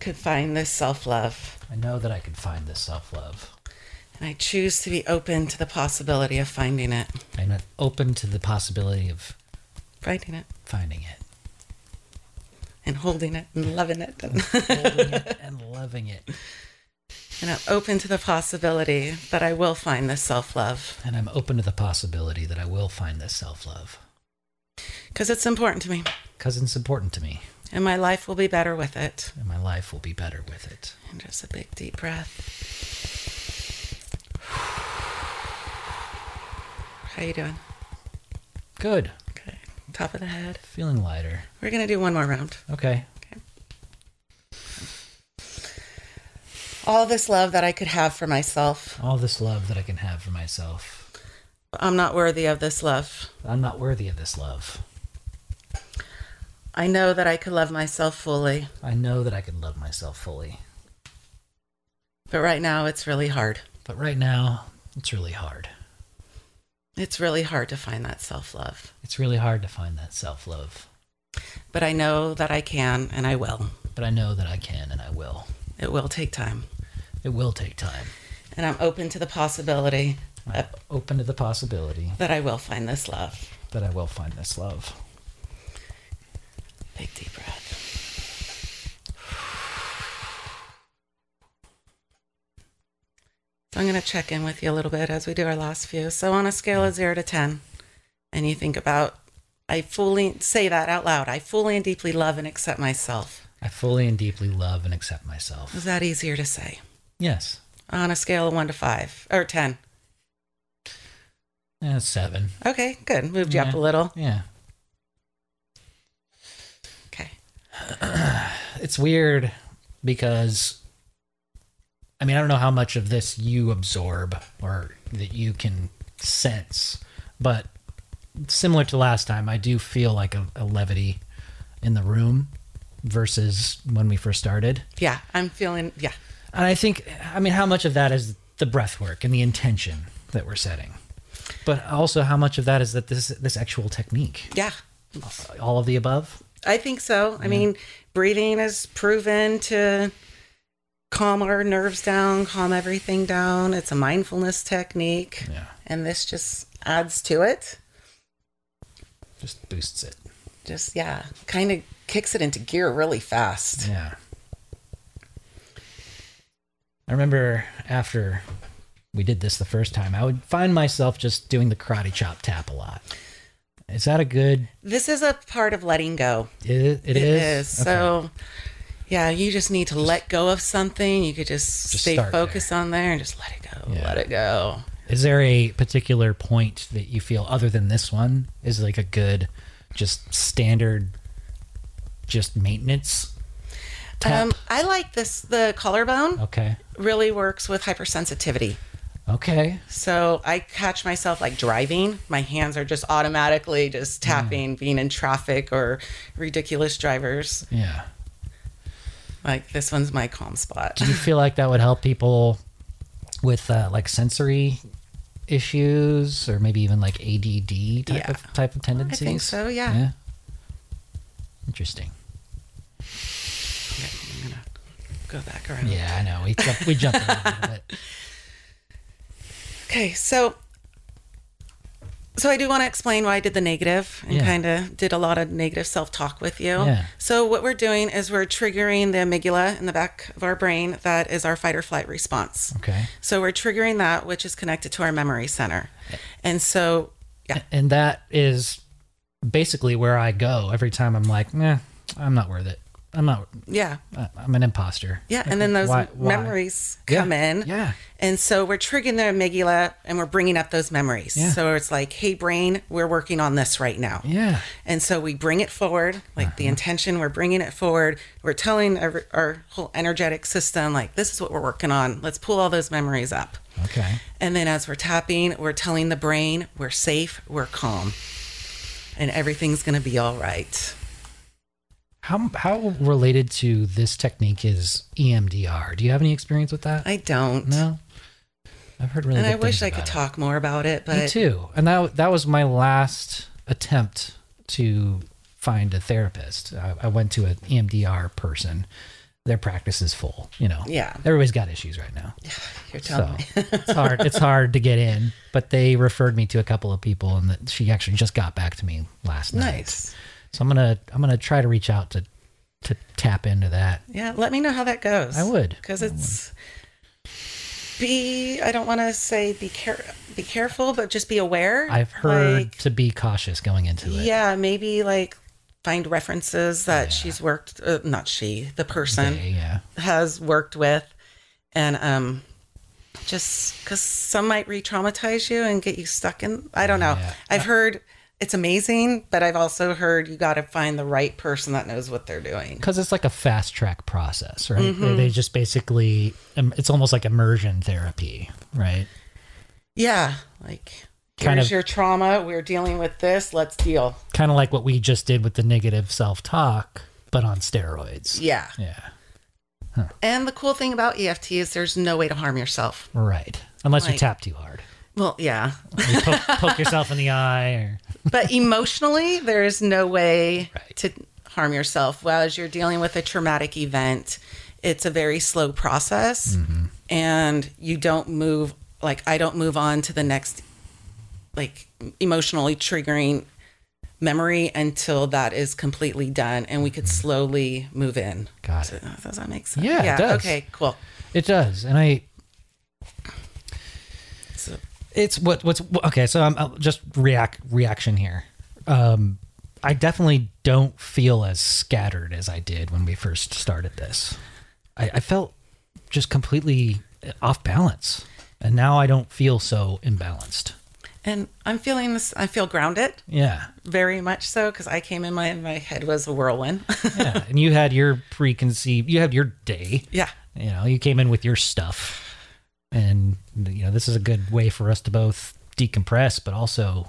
[SPEAKER 2] could find this self love,
[SPEAKER 1] I know that I can find this self love.
[SPEAKER 2] and I choose to be open to the possibility of finding it.
[SPEAKER 1] I'm open to the possibility of
[SPEAKER 2] Finding it,
[SPEAKER 1] finding it,
[SPEAKER 2] and holding it, and loving it.
[SPEAKER 1] holding it, and loving it.
[SPEAKER 2] and I'm open to the possibility that I will find this self love,
[SPEAKER 1] And I'm open to the possibility that I will find this self love
[SPEAKER 2] because it's important to me,
[SPEAKER 1] because it's important to me
[SPEAKER 2] and my life will be better with it.
[SPEAKER 1] and my life will be better with it.
[SPEAKER 2] And just a big deep breath. How you doing?
[SPEAKER 1] Good.
[SPEAKER 2] Okay. Top of the head.
[SPEAKER 1] Feeling lighter.
[SPEAKER 2] We're gonna do one more round.
[SPEAKER 1] Okay.
[SPEAKER 2] All this love that I could have for myself.
[SPEAKER 1] All this love that I can have for myself.
[SPEAKER 2] I'm not worthy of this love.
[SPEAKER 1] I'm not worthy of this love.
[SPEAKER 2] I know that I could love myself fully,
[SPEAKER 1] I know that I can love myself fully.
[SPEAKER 2] but right now it's really hard.
[SPEAKER 1] But right now, it's really hard.
[SPEAKER 2] It's really hard to find that self love.
[SPEAKER 1] It's really hard to find that self love.
[SPEAKER 2] but I know that I can and I will.
[SPEAKER 1] but I know that I can and I will.
[SPEAKER 2] It will take time.
[SPEAKER 1] It will take time.
[SPEAKER 2] And I'm open to the possibility
[SPEAKER 1] I'm
[SPEAKER 2] that,
[SPEAKER 1] open to the possibility
[SPEAKER 2] that I will find this love.
[SPEAKER 1] that I will find this love.
[SPEAKER 2] Big deep breath. So I'm going to check in with you a little bit as we do our last few. So on a scale of 0 to 10, and you think about I fully say that out loud. I fully and deeply love and accept myself.
[SPEAKER 1] I fully and deeply love and accept myself.
[SPEAKER 2] Was that easier to say?
[SPEAKER 1] Yes.
[SPEAKER 2] On a scale of 1 to 5 or 10.
[SPEAKER 1] Yeah, seven.
[SPEAKER 2] Okay, good. Moved you up
[SPEAKER 1] Yeah.
[SPEAKER 2] a little.
[SPEAKER 1] Yeah.
[SPEAKER 2] Okay.
[SPEAKER 1] It's weird because I mean, I don't know how much of this you absorb or that you can sense, but similar to last time, I do feel like a, a levity in the room versus when we first started.
[SPEAKER 2] Yeah, I'm feeling yeah.
[SPEAKER 1] And I think, I mean, how much of that is the breath work and the intention that we're setting, but also how much of that is that this this actual technique,
[SPEAKER 2] Yeah.
[SPEAKER 1] all of the above.
[SPEAKER 2] I think so. I mean, breathing is proven to calm our nerves down, calm everything down. It's a mindfulness technique,
[SPEAKER 1] Yeah,
[SPEAKER 2] and this just adds to it.
[SPEAKER 1] just boosts it.
[SPEAKER 2] Just, yeah, kind of kicks it into gear really fast.
[SPEAKER 1] Yeah. I remember after we did this the first time, I would find myself just doing the karate chop tap a lot. Is that a good?
[SPEAKER 2] This is a part of letting go.
[SPEAKER 1] It, it is. Okay.
[SPEAKER 2] So, yeah, you just need to let go of something. You could just,
[SPEAKER 1] Just
[SPEAKER 2] stay
[SPEAKER 1] start
[SPEAKER 2] focused on there and just let it go,
[SPEAKER 1] Yeah.
[SPEAKER 2] let it go.
[SPEAKER 1] Is there a particular point that you feel other than this one is like a good, just standard, just maintenance? Tap. Oh.
[SPEAKER 2] Um, I like this. The collarbone
[SPEAKER 1] okay.
[SPEAKER 2] really works with hypersensitivity.
[SPEAKER 1] Okay.
[SPEAKER 2] So I catch myself like driving. My hands are just automatically just tapping, being in traffic or ridiculous drivers.
[SPEAKER 1] Yeah.
[SPEAKER 2] Like this one's my calm spot.
[SPEAKER 1] Do you feel like that would help people with uh, like sensory issues or maybe even like ADD type
[SPEAKER 2] Yeah.
[SPEAKER 1] of type of
[SPEAKER 2] I
[SPEAKER 1] tendencies?
[SPEAKER 2] think so. Yeah.
[SPEAKER 1] Yeah. Interesting.
[SPEAKER 2] Go back around.
[SPEAKER 1] Yeah, I know. We jump, we jumped around a little bit.
[SPEAKER 2] Okay. So. So I do want to explain why I did the negative and
[SPEAKER 1] Yeah.
[SPEAKER 2] kind of did a lot of negative self-talk with you.
[SPEAKER 1] Yeah.
[SPEAKER 2] So what we're doing is we're triggering the amygdala in the back of our brain that is our fight or flight response.
[SPEAKER 1] Okay.
[SPEAKER 2] So we're triggering that, which is connected to our memory center. And so, yeah,
[SPEAKER 1] And that is basically where I go every time I'm like, nah, I'm not worth it. I'm not,
[SPEAKER 2] yeah,
[SPEAKER 1] I- I'm an imposter.
[SPEAKER 2] yeah. And then those
[SPEAKER 1] Why- why?
[SPEAKER 2] memories
[SPEAKER 1] Yeah,
[SPEAKER 2] come in.
[SPEAKER 1] Yeah.
[SPEAKER 2] And so we're triggering the amygdala and we're bringing up those memories.
[SPEAKER 1] Yeah.
[SPEAKER 2] So it's like, hey, brain, we're working on this right now.
[SPEAKER 1] Yeah. Uh-huh.
[SPEAKER 2] And so we bring it forward, like the intention, we're bringing it forward. We're telling our, our whole energetic system, like, this is what we're working on. Let's pull all those memories up.
[SPEAKER 1] Okay.
[SPEAKER 2] And then as we're tapping, we're telling the brain we're safe, we're calm, and everything's going to be all right.
[SPEAKER 1] How, how related to this technique is E EMDR? Do you have any experience with that?
[SPEAKER 2] I don't.
[SPEAKER 1] No, I've heard really.
[SPEAKER 2] and
[SPEAKER 1] good
[SPEAKER 2] I wish
[SPEAKER 1] things
[SPEAKER 2] I could
[SPEAKER 1] about it.
[SPEAKER 2] talk more about it,
[SPEAKER 1] Me
[SPEAKER 2] but
[SPEAKER 1] too. And that that was my last attempt to find a therapist. I, I went to E an EMDR person. Their practice is full. You know.
[SPEAKER 2] Yeah.
[SPEAKER 1] Everybody's got issues right now,
[SPEAKER 2] you're telling
[SPEAKER 1] so
[SPEAKER 2] me.
[SPEAKER 1] it's hard. It's hard to get in. But they referred me to a couple of people, and that she actually just got back to me last night.
[SPEAKER 2] Nice.
[SPEAKER 1] So I'm gonna I'm gonna try to reach out to to tap into that.
[SPEAKER 2] Yeah, let me know how that goes.
[SPEAKER 1] I would. Mm.
[SPEAKER 2] Because it's be, I don't want to say be, care, be careful, but just be aware.
[SPEAKER 1] I've heard
[SPEAKER 2] Like,
[SPEAKER 1] to be cautious going into it.
[SPEAKER 2] yeah, maybe like find references that she's worked, uh, not she, the person.
[SPEAKER 1] They, yeah.
[SPEAKER 2] has worked with and um just because some might re-traumatize you and get you stuck in i don't know
[SPEAKER 1] Yeah.
[SPEAKER 2] i've heard it's amazing but i've also heard you got to find the right person that knows what they're doing
[SPEAKER 1] because it's like a fast track process, right?
[SPEAKER 2] Mm-hmm.
[SPEAKER 1] Where They just basically, um, it's almost like immersion therapy, right?
[SPEAKER 2] yeah like
[SPEAKER 1] Kind
[SPEAKER 2] here's
[SPEAKER 1] of-
[SPEAKER 2] your trauma we're dealing with this let's deal
[SPEAKER 1] Kind of like what we just did with the negative self talk, but on steroids.
[SPEAKER 2] yeah
[SPEAKER 1] Yeah,
[SPEAKER 2] and the cool thing about eft is there's no way to harm yourself
[SPEAKER 1] right. Unless you
[SPEAKER 2] Like-
[SPEAKER 1] tap too hard,
[SPEAKER 2] well yeah
[SPEAKER 1] you poke, poke yourself in the eye, or
[SPEAKER 2] but emotionally there is no way
[SPEAKER 1] Right.
[SPEAKER 2] to harm yourself. Well, as you're dealing with a traumatic event, it's a very slow process
[SPEAKER 1] Mm-hmm.
[SPEAKER 2] and you don't move like I don't move on to the next like emotionally triggering memory until that is completely done and we could slowly move in.
[SPEAKER 1] Mm-hmm. Got
[SPEAKER 2] So, does that make sense?
[SPEAKER 1] Yeah, it does.
[SPEAKER 2] Okay, cool.
[SPEAKER 1] It does, and I.
[SPEAKER 2] So-
[SPEAKER 1] It's what what's okay. So I'm I'll just react reaction here. Um, I definitely don't feel as scattered as I did when we first started this. I, I felt just completely off balance, and now I don't feel so imbalanced.
[SPEAKER 2] And I'm feeling this I feel grounded
[SPEAKER 1] Yeah,
[SPEAKER 2] very much so because I came in my my head was a whirlwind.
[SPEAKER 1] yeah. and you had your preconceived, you had your day.
[SPEAKER 2] yeah.
[SPEAKER 1] you know you came in with your stuff and you know this is a good way for us to both decompress but also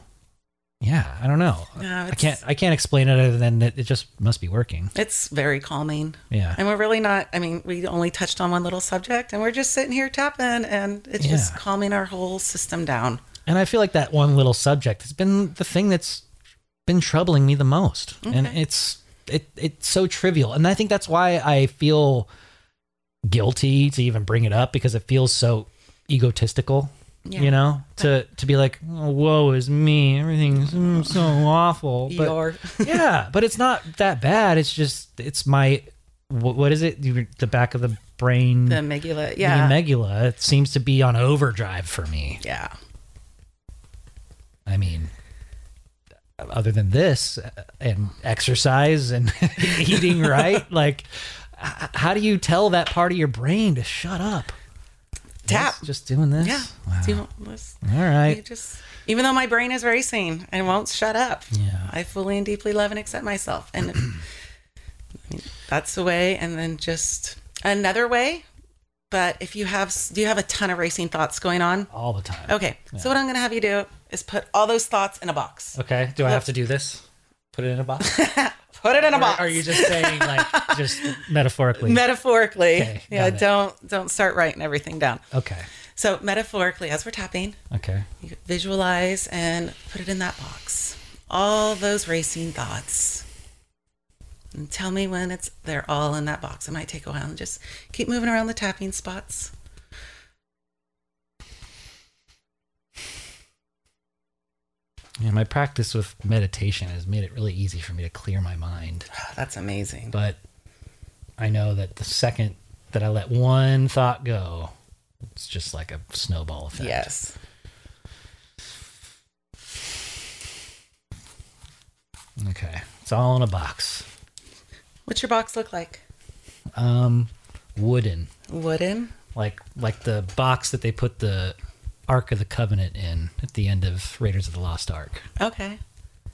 [SPEAKER 1] yeah i don't know
[SPEAKER 2] No,
[SPEAKER 1] i
[SPEAKER 2] it's-
[SPEAKER 1] can't i can't explain it other than that it just must be working
[SPEAKER 2] It's very calming.
[SPEAKER 1] yeah
[SPEAKER 2] And we're really not, I mean, we only touched on one little subject and we're just sitting here tapping and it's just
[SPEAKER 1] Yeah.
[SPEAKER 2] calming our whole system down.
[SPEAKER 1] and i feel like that one little subject has been the thing that's been troubling me the most and
[SPEAKER 2] Okay.
[SPEAKER 1] it's it it's so trivial and i think that's why i feel guilty to even bring it up because it feels so egotistical
[SPEAKER 2] Yeah.
[SPEAKER 1] you know to to be like oh, woe is me everything's mm, so awful but
[SPEAKER 2] Eeyore.
[SPEAKER 1] yeah but it's not that bad it's just it's my wh- what is it You- the back of the brain the,
[SPEAKER 2] the amygdala. Yeah.
[SPEAKER 1] amygdala it seems to be on overdrive for me
[SPEAKER 2] yeah.
[SPEAKER 1] I mean, other than this uh, and exercise and eating right, like, h- how do you tell that part of your brain to shut up?
[SPEAKER 2] Tap.
[SPEAKER 1] Just- Just doing this?
[SPEAKER 2] Yeah.
[SPEAKER 1] Wow.
[SPEAKER 2] Do you want- let's-
[SPEAKER 1] All
[SPEAKER 2] you
[SPEAKER 1] right.
[SPEAKER 2] just, even though my brain is very sane and won't shut up,
[SPEAKER 1] Yeah.
[SPEAKER 2] I fully and deeply love and accept myself. And I mean, that's the way. And then just another way. But if you have, s- do you have a ton of racing thoughts going on?
[SPEAKER 1] All the time.
[SPEAKER 2] Okay. So what I'm going to have you do is put all those thoughts in a box.
[SPEAKER 1] Okay. Do I have to do this? Put it in a box?
[SPEAKER 2] Put it in a
[SPEAKER 1] Or
[SPEAKER 2] box.
[SPEAKER 1] Oh. are you just saying, like, just metaphorically?
[SPEAKER 2] metaphorically?
[SPEAKER 1] Okay,
[SPEAKER 2] yeah.
[SPEAKER 1] got it.
[SPEAKER 2] Don't don't start writing everything down.
[SPEAKER 1] okay.
[SPEAKER 2] So metaphorically, as we're tapping,
[SPEAKER 1] Okay.
[SPEAKER 2] you visualize and put it in that box. All those racing thoughts. And tell me when it's they're all in that box. It might take a while and just keep moving around the tapping spots.
[SPEAKER 1] Yeah, my practice with meditation has made it really easy for me to clear my mind.
[SPEAKER 2] Oh, that's amazing.
[SPEAKER 1] but I know that the second that I let one thought go, it's just like a snowball effect.
[SPEAKER 2] Yes.
[SPEAKER 1] Okay. It's all in a box.
[SPEAKER 2] What's your box look like?
[SPEAKER 1] Um, wooden,
[SPEAKER 2] Wooden.
[SPEAKER 1] like like the box that they put the Ark of the Covenant in at the end of Raiders of the Lost Ark.
[SPEAKER 2] Okay.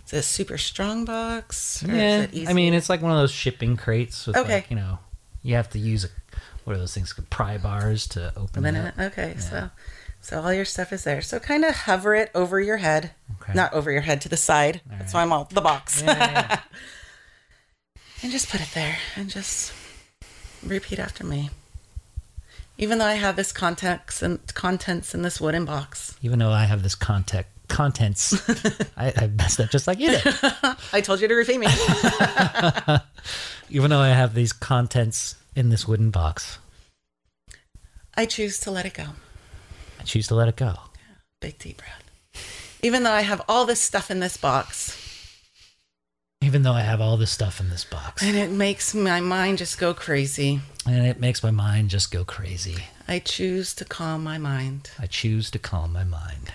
[SPEAKER 2] Is it a super strong box? or is
[SPEAKER 1] Yeah.
[SPEAKER 2] it easy?
[SPEAKER 1] I mean, it's like one of those shipping crates with,
[SPEAKER 2] Okay.
[SPEAKER 1] like, you know, you have to use a, what are those things called? Pry bars to open
[SPEAKER 2] Then
[SPEAKER 1] it.
[SPEAKER 2] it,
[SPEAKER 1] up.
[SPEAKER 2] okay, so so all your stuff is there. So kind of hover it over your head,
[SPEAKER 1] Okay.
[SPEAKER 2] not over your head to the side. That's why I'm all the box,
[SPEAKER 1] Yeah, yeah, yeah.
[SPEAKER 2] and just put it there, and just repeat after me. Even though I have this contents and contents in this wooden box,
[SPEAKER 1] Even though I have this contact contents, I, I messed up just like you did.
[SPEAKER 2] I told you to repeat me.
[SPEAKER 1] even though I have these contents in this wooden box,
[SPEAKER 2] I choose to let it go.
[SPEAKER 1] I choose to let it go.
[SPEAKER 2] Big deep breath. Even though I have all this stuff in this box,
[SPEAKER 1] Even though I have all this stuff in this box,
[SPEAKER 2] and it makes my mind just go crazy,
[SPEAKER 1] and it makes my mind just go crazy,
[SPEAKER 2] I choose to calm my mind.
[SPEAKER 1] I choose to calm my mind.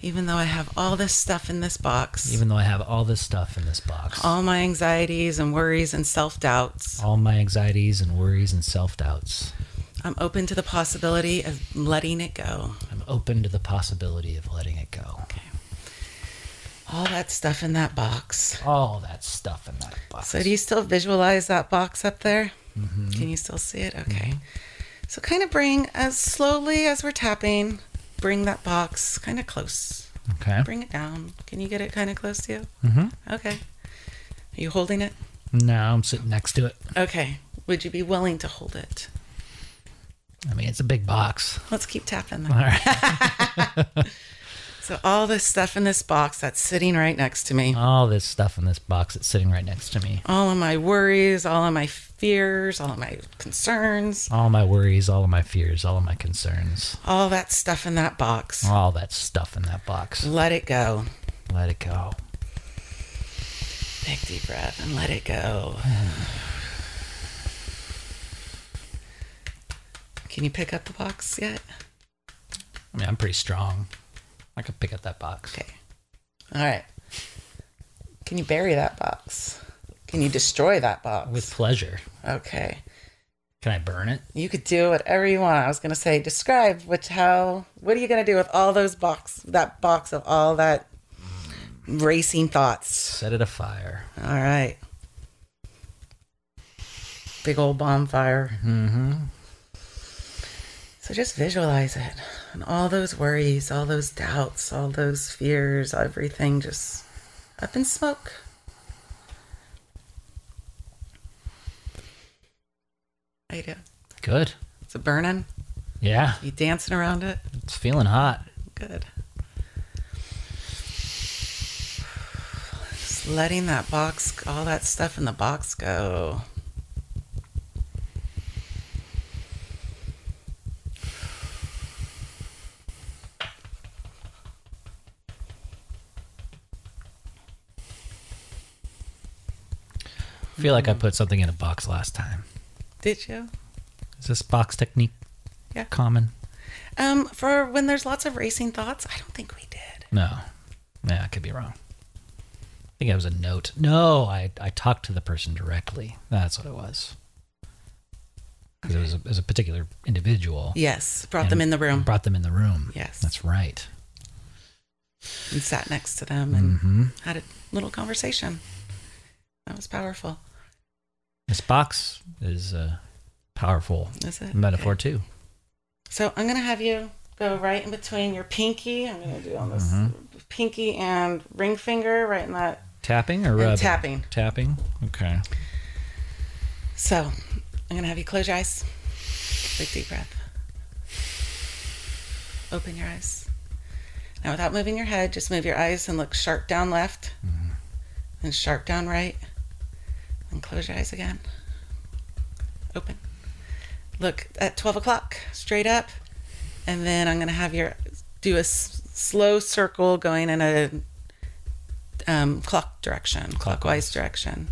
[SPEAKER 2] Even though I have all this stuff in this box,
[SPEAKER 1] Even though I have all this stuff in this box,
[SPEAKER 2] all my anxieties and worries and self doubts.
[SPEAKER 1] all my anxieties and worries and self doubts,
[SPEAKER 2] I'm open to the possibility of letting it go.
[SPEAKER 1] I'm open to the possibility of letting it go.
[SPEAKER 2] All that stuff in that box.
[SPEAKER 1] All that stuff in that box.
[SPEAKER 2] So, do you still visualize that box up there? Can you still see it? Okay. So, kind of bring as slowly as we're tapping, bring that box kind of close.
[SPEAKER 1] okay.
[SPEAKER 2] Bring it down. Can you get it kind of close to you?
[SPEAKER 1] Mhm.
[SPEAKER 2] Okay. Are you holding it?
[SPEAKER 1] Now I'm sitting next to it.
[SPEAKER 2] Okay. Would you be willing to hold it?
[SPEAKER 1] I mean, it's a big box.
[SPEAKER 2] Let's keep tapping.
[SPEAKER 1] All right.
[SPEAKER 2] So all this stuff in this box that's sitting right next to me.
[SPEAKER 1] All this stuff in this box that's sitting right next to me.
[SPEAKER 2] All of my worries, all of my fears, all of my concerns,
[SPEAKER 1] All my worries, all of my fears, all of my concerns,
[SPEAKER 2] all that stuff in that box.
[SPEAKER 1] all that stuff in that box.
[SPEAKER 2] Let it go.
[SPEAKER 1] Let it go.
[SPEAKER 2] Big deep breath and let it go. Can you pick up the box yet?
[SPEAKER 1] I mean, I'm pretty strong. I could pick up that box.
[SPEAKER 2] Okay. All right. Can you bury that box? Can you destroy that box?
[SPEAKER 1] With pleasure.
[SPEAKER 2] okay.
[SPEAKER 1] Can I burn it?
[SPEAKER 2] You could do whatever you want. I was gonna say, describe which how. What are you gonna do with all those box? That box of all that racing thoughts.
[SPEAKER 1] Set it afire.
[SPEAKER 2] All right. Big old bonfire. Mm-hmm. So just visualize it, and all those worries, all those doubts, all those fears, everything just up in smoke. How you doing?
[SPEAKER 1] Good.
[SPEAKER 2] It's a burning.
[SPEAKER 1] Yeah,
[SPEAKER 2] You dancing around it?
[SPEAKER 1] it's feeling hot.
[SPEAKER 2] Good. Just letting that box, all that stuff in the box go.
[SPEAKER 1] I feel like I put something in a box last time.
[SPEAKER 2] Did you?
[SPEAKER 1] Is this box technique
[SPEAKER 2] Yeah.
[SPEAKER 1] common?
[SPEAKER 2] Um, for when there's lots of racing thoughts, I don't think we did.
[SPEAKER 1] No. Yeah, I could be wrong. I think it was a note. No, I, I talked to the person directly. That's what it was. 'Cause It, was a, it was a particular individual.
[SPEAKER 2] Yes, brought
[SPEAKER 1] and-
[SPEAKER 2] them in the
[SPEAKER 1] and
[SPEAKER 2] room
[SPEAKER 1] Brought them in the room.
[SPEAKER 2] Yes.
[SPEAKER 1] That's right.
[SPEAKER 2] and sat next to them and
[SPEAKER 1] Mm-hmm.
[SPEAKER 2] had a little conversation. That was powerful.
[SPEAKER 1] This box is a powerful
[SPEAKER 2] Is it
[SPEAKER 1] metaphor,
[SPEAKER 2] Okay.
[SPEAKER 1] too.
[SPEAKER 2] So I'm gonna have you go right in between your pinky. I'm gonna do on this
[SPEAKER 1] Mm-hmm.
[SPEAKER 2] pinky and ring finger, right in that
[SPEAKER 1] Tapping or
[SPEAKER 2] and
[SPEAKER 1] rubbing?
[SPEAKER 2] tapping.
[SPEAKER 1] Tapping. Okay.
[SPEAKER 2] So I'm gonna have you close your eyes. Big deep breath. Open your eyes. Now, without moving your head, just move your eyes and look sharp down left, and sharp down right, and close your eyes again. Open. Look at 12 o'clock, straight up, and then I'm gonna have your do a s- slow circle going in a um, clock direction, clockwise direction.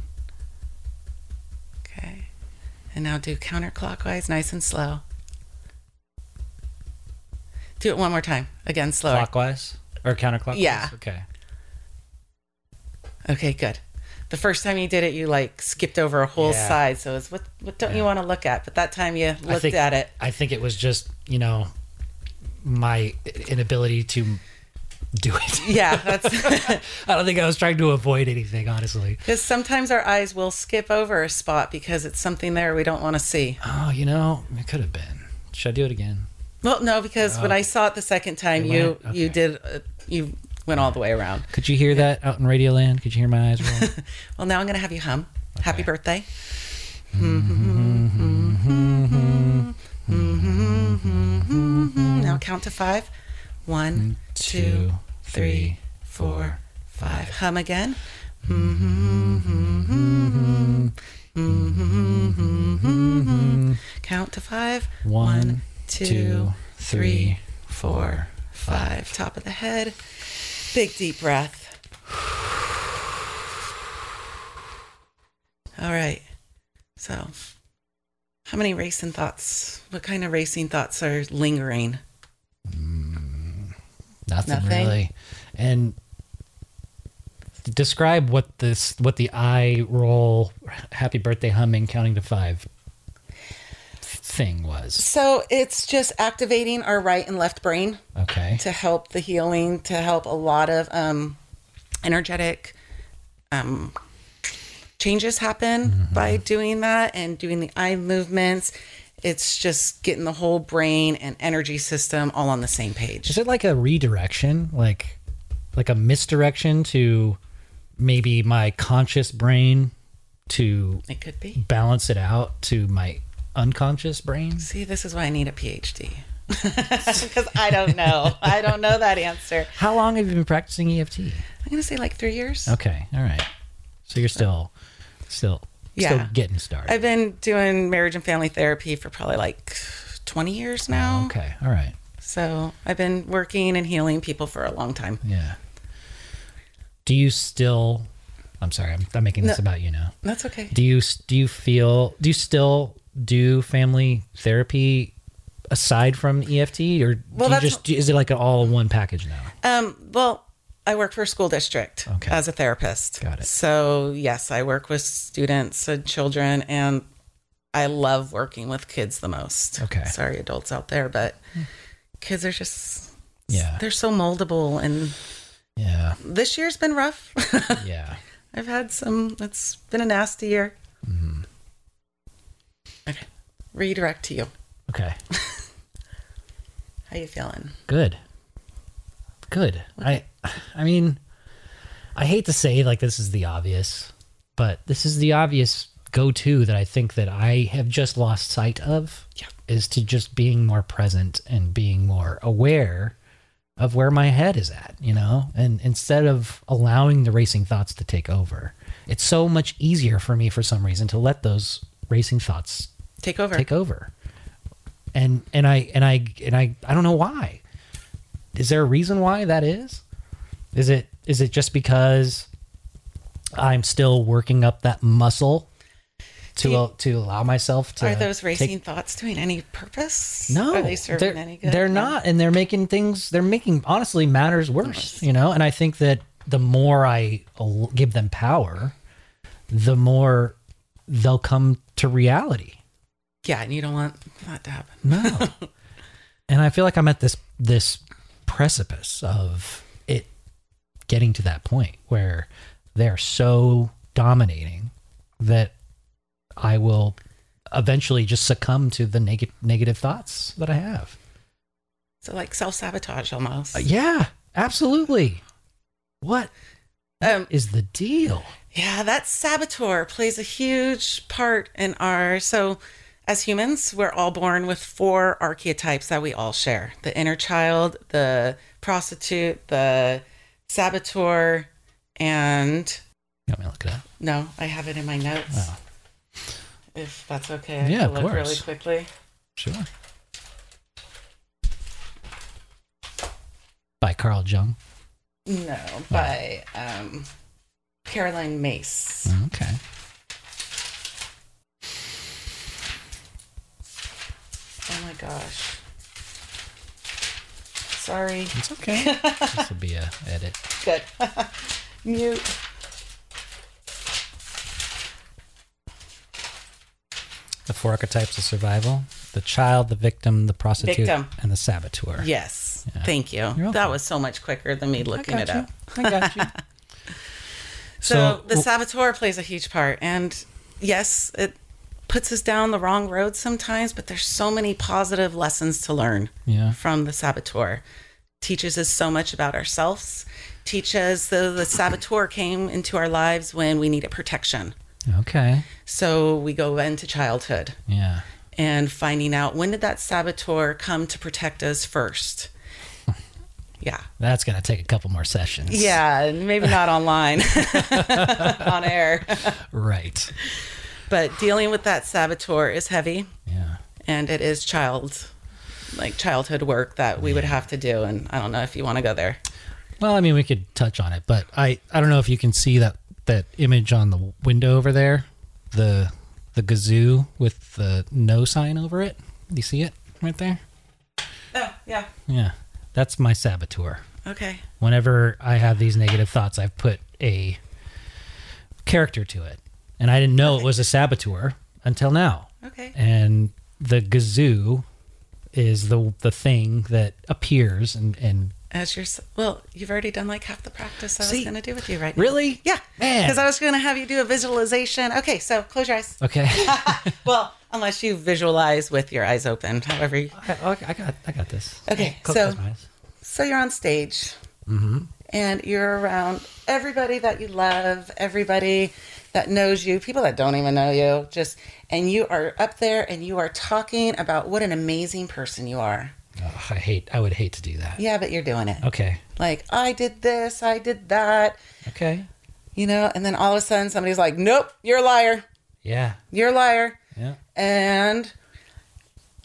[SPEAKER 2] Okay. And now do counterclockwise, nice and slow. Do it one more time. Again, slower.
[SPEAKER 1] Clockwise or counterclockwise?
[SPEAKER 2] Yeah.
[SPEAKER 1] Okay.
[SPEAKER 2] Okay, good. The first time you did it, you like skipped over a whole
[SPEAKER 1] Yeah.
[SPEAKER 2] side. So it's what, what don't you want to look at? But that time you
[SPEAKER 1] I
[SPEAKER 2] looked
[SPEAKER 1] think-
[SPEAKER 2] at it.
[SPEAKER 1] I think it was just, you know, my inability to do it.
[SPEAKER 2] Yeah, that's
[SPEAKER 1] I don't think I was trying to avoid anything, honestly.
[SPEAKER 2] because sometimes our eyes will skip over a spot because it's something there we don't want to see.
[SPEAKER 1] Oh, you know, it could have been. Should I do it again?
[SPEAKER 2] Well, no, because when I saw it the second time,
[SPEAKER 1] You
[SPEAKER 2] you
[SPEAKER 1] Oh. went?
[SPEAKER 2] you
[SPEAKER 1] Okay.
[SPEAKER 2] did uh, you went all the way around.
[SPEAKER 1] Could you hear that out in Radio Land? Could you hear my eyes roll?
[SPEAKER 2] Well, now I'm gonna have you hum. Happy birthday. now count to five. One, two, three, four, five. Hum again. Count to five.
[SPEAKER 1] One,
[SPEAKER 2] One, two,
[SPEAKER 1] two, three,
[SPEAKER 2] four,
[SPEAKER 1] four.
[SPEAKER 2] five. Top of the head. Big deep breath. All right. So, how many racing thoughts? What kind of racing thoughts are lingering?
[SPEAKER 1] Nothing,
[SPEAKER 2] Nothing.
[SPEAKER 1] really. And describe what this, what the eye roll, happy birthday humming, counting to five thing was.
[SPEAKER 2] So, it's just activating our right and left brain
[SPEAKER 1] Okay.
[SPEAKER 2] to help the healing, to help a lot of um, energetic um, changes happen by doing that and doing the eye movements. It's just getting the whole brain and energy system all on the same page.
[SPEAKER 1] Is it like a redirection, like like a misdirection to maybe my conscious brain to
[SPEAKER 2] It could be.
[SPEAKER 1] balance it out to my unconscious brain?
[SPEAKER 2] See, this is why I need a PhD. because I don't know. I don't know that answer.
[SPEAKER 1] How long have you been practicing EFT?
[SPEAKER 2] I'm gonna say like three years.
[SPEAKER 1] Okay, all right. So you're still, still, still
[SPEAKER 2] Yeah.
[SPEAKER 1] getting started.
[SPEAKER 2] I've been doing marriage and family therapy for probably like 20 years now.
[SPEAKER 1] okay, all right.
[SPEAKER 2] So I've been working and healing people for a long time.
[SPEAKER 1] Yeah. Do you still? I'm sorry. I'm, I'm making this
[SPEAKER 2] No.
[SPEAKER 1] about you now.
[SPEAKER 2] That's okay.
[SPEAKER 1] Do you do you feel? Do you still do family therapy aside from EFT, or do
[SPEAKER 2] Well,
[SPEAKER 1] you
[SPEAKER 2] that's-
[SPEAKER 1] just is it like an all in one package now?
[SPEAKER 2] Um, well, I work for a school district
[SPEAKER 1] Okay.
[SPEAKER 2] as a therapist.
[SPEAKER 1] Got it.
[SPEAKER 2] So yes, I work with students and children, and I love working with kids the most.
[SPEAKER 1] Okay.
[SPEAKER 2] Sorry, adults out there, but kids are just
[SPEAKER 1] Yeah.
[SPEAKER 2] they're so moldable, and
[SPEAKER 1] Yeah,
[SPEAKER 2] this year's been rough.
[SPEAKER 1] yeah.
[SPEAKER 2] I've had some. It's been a nasty year.
[SPEAKER 1] Mm-hmm.
[SPEAKER 2] Okay. Redirect to you.
[SPEAKER 1] Okay,
[SPEAKER 2] How you feeling?
[SPEAKER 1] good, good. I, I mean, I hate to say like this is the obvious, but this is the obvious go-to that I think that I have just lost sight of
[SPEAKER 2] Yeah.
[SPEAKER 1] is to just being more present and being more aware of where my head is at, you know, and instead of allowing the racing thoughts to take over, it's so much easier for me for some reason to let those racing thoughts
[SPEAKER 2] Take over.
[SPEAKER 1] take over. And and I and I and I I don't know why. Is there a reason why that is? Is it is it just because I'm still working up that muscle to
[SPEAKER 2] Do you-
[SPEAKER 1] al- to allow myself to
[SPEAKER 2] Are those racing
[SPEAKER 1] take-
[SPEAKER 2] thoughts doing any purpose?
[SPEAKER 1] no,
[SPEAKER 2] Are they serving
[SPEAKER 1] they're,
[SPEAKER 2] any good?
[SPEAKER 1] They're
[SPEAKER 2] No.
[SPEAKER 1] not, and they're making things. They're making honestly matters worse, you know. And I think that the more I al- give them power, the more they'll come to reality.
[SPEAKER 2] Yeah, and you don't want that to happen.
[SPEAKER 1] No. and I feel like I'm at this this precipice of it getting to that point where they're so dominating that I will eventually just succumb to the neg- negative thoughts that I have.
[SPEAKER 2] So like self sabotage almost.
[SPEAKER 1] Uh, yeah, absolutely. What
[SPEAKER 2] Um,
[SPEAKER 1] is the deal?
[SPEAKER 2] yeah, that saboteur plays a huge part in our so. As humans, we're all born with four archetypes that we all share the inner child, the prostitute, the saboteur, and
[SPEAKER 1] You want me to look it up?
[SPEAKER 2] no, I have it in my notes.
[SPEAKER 1] Oh.
[SPEAKER 2] If that's okay, I
[SPEAKER 1] Yeah,
[SPEAKER 2] can
[SPEAKER 1] of
[SPEAKER 2] look really
[SPEAKER 1] course.
[SPEAKER 2] quickly.
[SPEAKER 1] Sure. By Carl Jung.
[SPEAKER 2] No, by um, Caroline Mace.
[SPEAKER 1] Okay.
[SPEAKER 2] Oh my gosh. Sorry.
[SPEAKER 1] It's okay. this will be a edit.
[SPEAKER 2] Good. Mute.
[SPEAKER 1] The four archetypes of survival: the child, the victim, the prostitute,
[SPEAKER 2] Victim.
[SPEAKER 1] and the saboteur.
[SPEAKER 2] Yes. Thank you. That
[SPEAKER 1] welcome.
[SPEAKER 2] was so much quicker than me looking it up.
[SPEAKER 1] I got you.
[SPEAKER 2] So,
[SPEAKER 1] so,
[SPEAKER 2] the saboteur plays a huge part. And yes, it puts us down the wrong road sometimes, but there's so many positive lessons to learn
[SPEAKER 1] yeah,
[SPEAKER 2] from the saboteur. Teaches us so much about ourselves. Teaches the, the saboteur came into our lives when we needed protection.
[SPEAKER 1] okay,
[SPEAKER 2] So we go into childhood.
[SPEAKER 1] yeah,
[SPEAKER 2] and finding out when did that saboteur come to protect us first. Yeah.
[SPEAKER 1] that's gonna take a couple more sessions.
[SPEAKER 2] Yeah, maybe not online, on air.
[SPEAKER 1] right.
[SPEAKER 2] But dealing with that saboteur is heavy
[SPEAKER 1] Yeah,
[SPEAKER 2] and it is child like childhood work that we would have to do and I don't know if you want to go there.
[SPEAKER 1] Well, I mean, we could touch on it, but I I don't know if you can see that that image on the window over there, the the gazoo with the no sign over it. Do you see it right there?
[SPEAKER 2] Oh, yeah.
[SPEAKER 1] Yeah, that's my saboteur.
[SPEAKER 2] Okay.
[SPEAKER 1] whenever I have these negative thoughts, I've put a character to it. And I didn't know it was a saboteur until now.
[SPEAKER 2] Okay.
[SPEAKER 1] And the gazoo is the the thing that appears and, and
[SPEAKER 2] As your s- well, you've already done like half the practice I
[SPEAKER 1] See-
[SPEAKER 2] was going to do with you right now.
[SPEAKER 1] really
[SPEAKER 2] Yeah.
[SPEAKER 1] Man.
[SPEAKER 2] Cuz I was going to have you do a visualization. Okay, so close your eyes.
[SPEAKER 1] okay
[SPEAKER 2] Well, unless you visualize with your eyes open, however. You,
[SPEAKER 1] I, I got I got this
[SPEAKER 2] Okay,
[SPEAKER 1] Close-
[SPEAKER 2] so-
[SPEAKER 1] close my eyes. Mm-hmm.
[SPEAKER 2] so you're on stage, and you're around everybody that you love, everybody that knows you, people that don't even know you, just and you are up there and you are talking about what an amazing person you are.
[SPEAKER 1] Ugh, Oh, I hate. I would hate to do that.
[SPEAKER 2] Yeah, but you're doing it.
[SPEAKER 1] Okay.
[SPEAKER 2] Like, I did this, I did that,
[SPEAKER 1] Okay.
[SPEAKER 2] you know, and then all of a sudden somebody's like, nope, you're a liar.
[SPEAKER 1] Yeah.
[SPEAKER 2] You're a liar.
[SPEAKER 1] Yeah.
[SPEAKER 2] And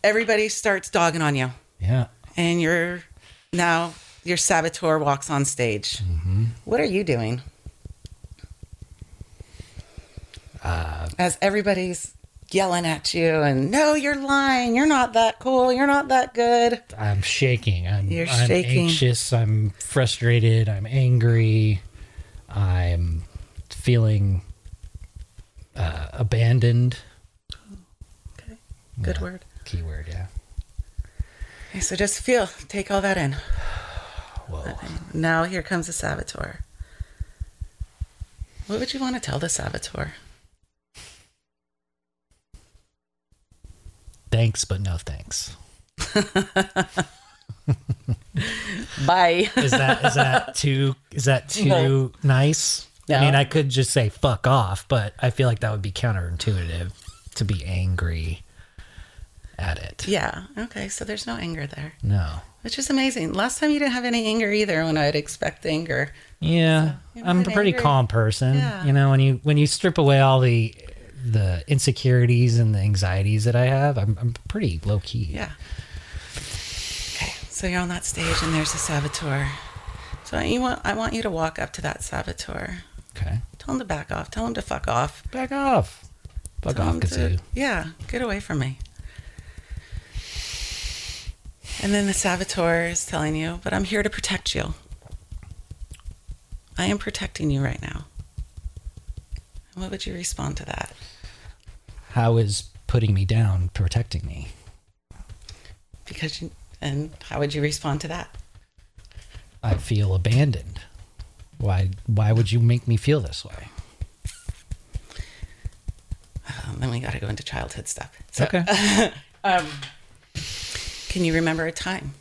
[SPEAKER 2] everybody starts dogging on you.
[SPEAKER 1] Yeah.
[SPEAKER 2] And you're now your saboteur walks on stage. What are you doing? As everybody's yelling at you and no, you're lying. You're not that cool. You're not that good.
[SPEAKER 1] I'm shaking. I'm,
[SPEAKER 2] You're
[SPEAKER 1] I'm
[SPEAKER 2] shaking.
[SPEAKER 1] anxious. I'm frustrated. I'm angry. I'm feeling uh, abandoned.
[SPEAKER 2] Okay. Good word.
[SPEAKER 1] Keyword, yeah.
[SPEAKER 2] Okay, so just feel, take all that in.
[SPEAKER 1] Whoa.
[SPEAKER 2] Now here comes the saboteur. What would you want to tell the saboteur?
[SPEAKER 1] Thanks, but no thanks.
[SPEAKER 2] Bye.
[SPEAKER 1] Is that is that too is that too
[SPEAKER 2] No.
[SPEAKER 1] nice?
[SPEAKER 2] No.
[SPEAKER 1] I mean, I could just say fuck off, but I feel like that would be counterintuitive to be angry at it.
[SPEAKER 2] yeah. Okay. So there's no anger there,
[SPEAKER 1] No.
[SPEAKER 2] which is amazing. Last time you didn't have any anger either when I'd expect anger.
[SPEAKER 1] Yeah,
[SPEAKER 2] you
[SPEAKER 1] I'm a
[SPEAKER 2] weren't
[SPEAKER 1] pretty
[SPEAKER 2] angry.
[SPEAKER 1] calm person.
[SPEAKER 2] Yeah.
[SPEAKER 1] You know, when you when you strip away all the the insecurities and the anxieties that I have, I'm I'm pretty low key.
[SPEAKER 2] Yeah. Okay. So you're on that stage and there's a saboteur. So you want, I want you to walk up to that saboteur.
[SPEAKER 1] Okay.
[SPEAKER 2] Tell him to back off. Tell him to fuck off.
[SPEAKER 1] Back off. Fuck
[SPEAKER 2] Tell
[SPEAKER 1] off,
[SPEAKER 2] him to-
[SPEAKER 1] Kazoo.
[SPEAKER 2] Yeah, get away from me. And then the saboteur is telling you, but I'm here to protect you. I am protecting you right now. And what would you respond to that?
[SPEAKER 1] How is putting me down protecting me?
[SPEAKER 2] Because you, and how would you respond to that?
[SPEAKER 1] I feel abandoned. Why why would you make me feel this way?
[SPEAKER 2] Um, then we got to go into childhood stuff. So, um,
[SPEAKER 1] okay.
[SPEAKER 2] can you remember a time?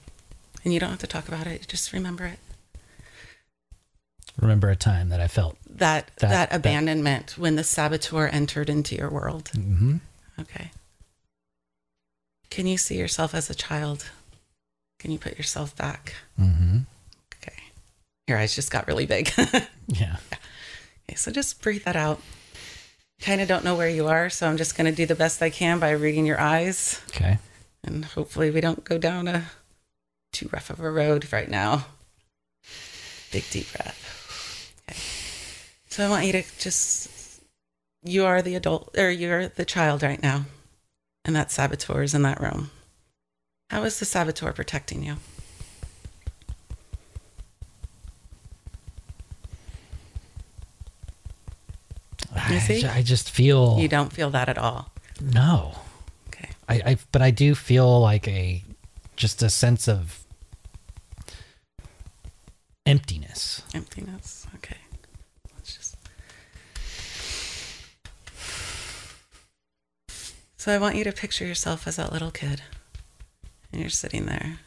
[SPEAKER 2] And you don't have to talk about it. Just remember it.
[SPEAKER 1] Remember a time that I felt
[SPEAKER 2] That
[SPEAKER 1] That-
[SPEAKER 2] that,
[SPEAKER 1] that-
[SPEAKER 2] abandonment when the saboteur entered into your world.
[SPEAKER 1] hmm
[SPEAKER 2] Okay. Can you see yourself as a child? Can you put yourself back?
[SPEAKER 1] hmm
[SPEAKER 2] Okay. Your eyes just got really big. okay,
[SPEAKER 1] Yeah.
[SPEAKER 2] so just breathe that out. Kind of don't know where you are, so I'm just going to do the best I can by reading your eyes.
[SPEAKER 1] Okay.
[SPEAKER 2] And hopefully, we don't go down a too rough of a road right now. Big deep breath. Okay. So, I want you to just, you are the adult, or you're the child right now. And that saboteur is in that room. How is the saboteur protecting you?
[SPEAKER 1] I,
[SPEAKER 2] see?
[SPEAKER 1] ju- I just feel
[SPEAKER 2] You don't feel that at all.
[SPEAKER 1] no.
[SPEAKER 2] Okay.
[SPEAKER 1] I, I but I do feel like a just a sense of emptiness.
[SPEAKER 2] Emptiness. Okay. Let's just. So I want you to picture yourself as that little kid. And you're sitting there.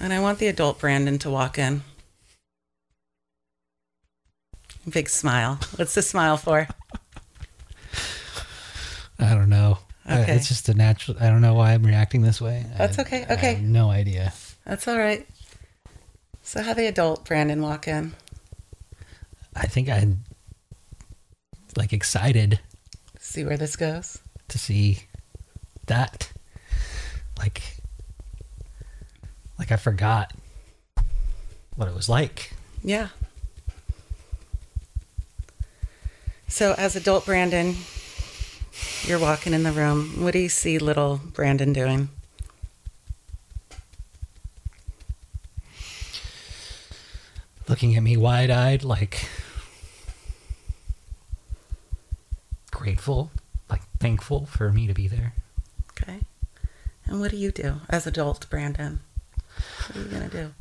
[SPEAKER 2] And I want the adult Brandon to walk in. Big smile. What's the smile for?
[SPEAKER 1] I don't know. I-
[SPEAKER 2] Okay.
[SPEAKER 1] it's just a natural. I don't know why I'm reacting this way. I-
[SPEAKER 2] That's okay,
[SPEAKER 1] I have
[SPEAKER 2] okay.
[SPEAKER 1] no idea.
[SPEAKER 2] That's all right. So how the adult Brandon walk in?
[SPEAKER 1] I think I'm like excited
[SPEAKER 2] See where this goes.
[SPEAKER 1] to see that. Like, like I forgot what it was like.
[SPEAKER 2] Yeah. So, as adult Brandon, you're walking in the room. What do you see little Brandon doing?
[SPEAKER 1] looking at me wide eyed, like grateful, like thankful for me to be there.
[SPEAKER 2] Okay. And what do you do as adult Brandon? What are you going to do?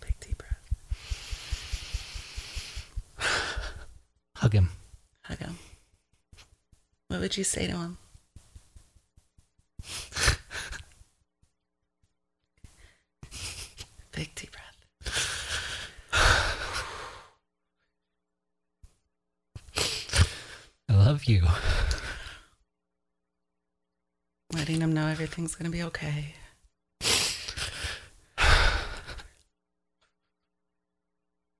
[SPEAKER 2] Big deep breath.
[SPEAKER 1] Hug him.
[SPEAKER 2] Hug him. What would you say to him? Big deep breath.
[SPEAKER 1] I love you.
[SPEAKER 2] letting them know everything's going to be okay.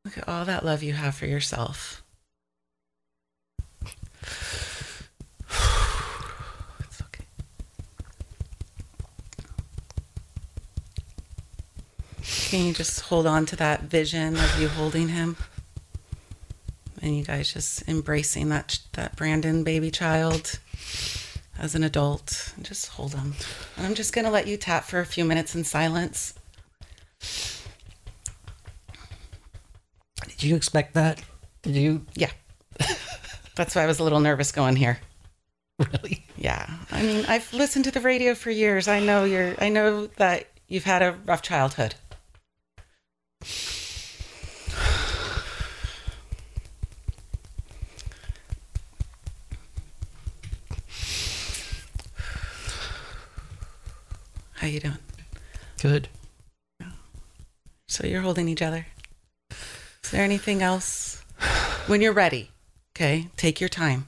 [SPEAKER 2] Look at all that love you have for yourself. It's okay. Can you just hold on to that vision of you holding him? And you guys just embracing that that Brandon baby child as an adult. And just hold him. And I'm just gonna let you tap for a few minutes in silence.
[SPEAKER 1] Did you expect that? Did you
[SPEAKER 2] Yeah. That's why I was a little nervous going here.
[SPEAKER 1] really?
[SPEAKER 2] Yeah. I mean, I've listened to the radio for years. I know you're I know that you've had a rough childhood. How you doing?
[SPEAKER 1] Good.
[SPEAKER 2] So you're holding each other. Is there anything else? When you're ready, okay, take your time.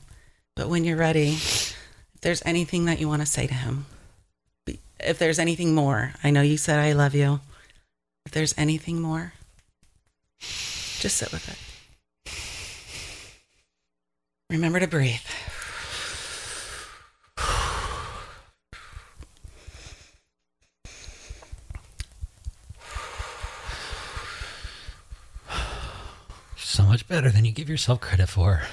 [SPEAKER 2] But when you're ready, if there's anything that you want to say to him, if there's anything more, I know you said I love you. If there's anything more, just sit with it. Remember to breathe.
[SPEAKER 1] So much better than you give yourself credit for.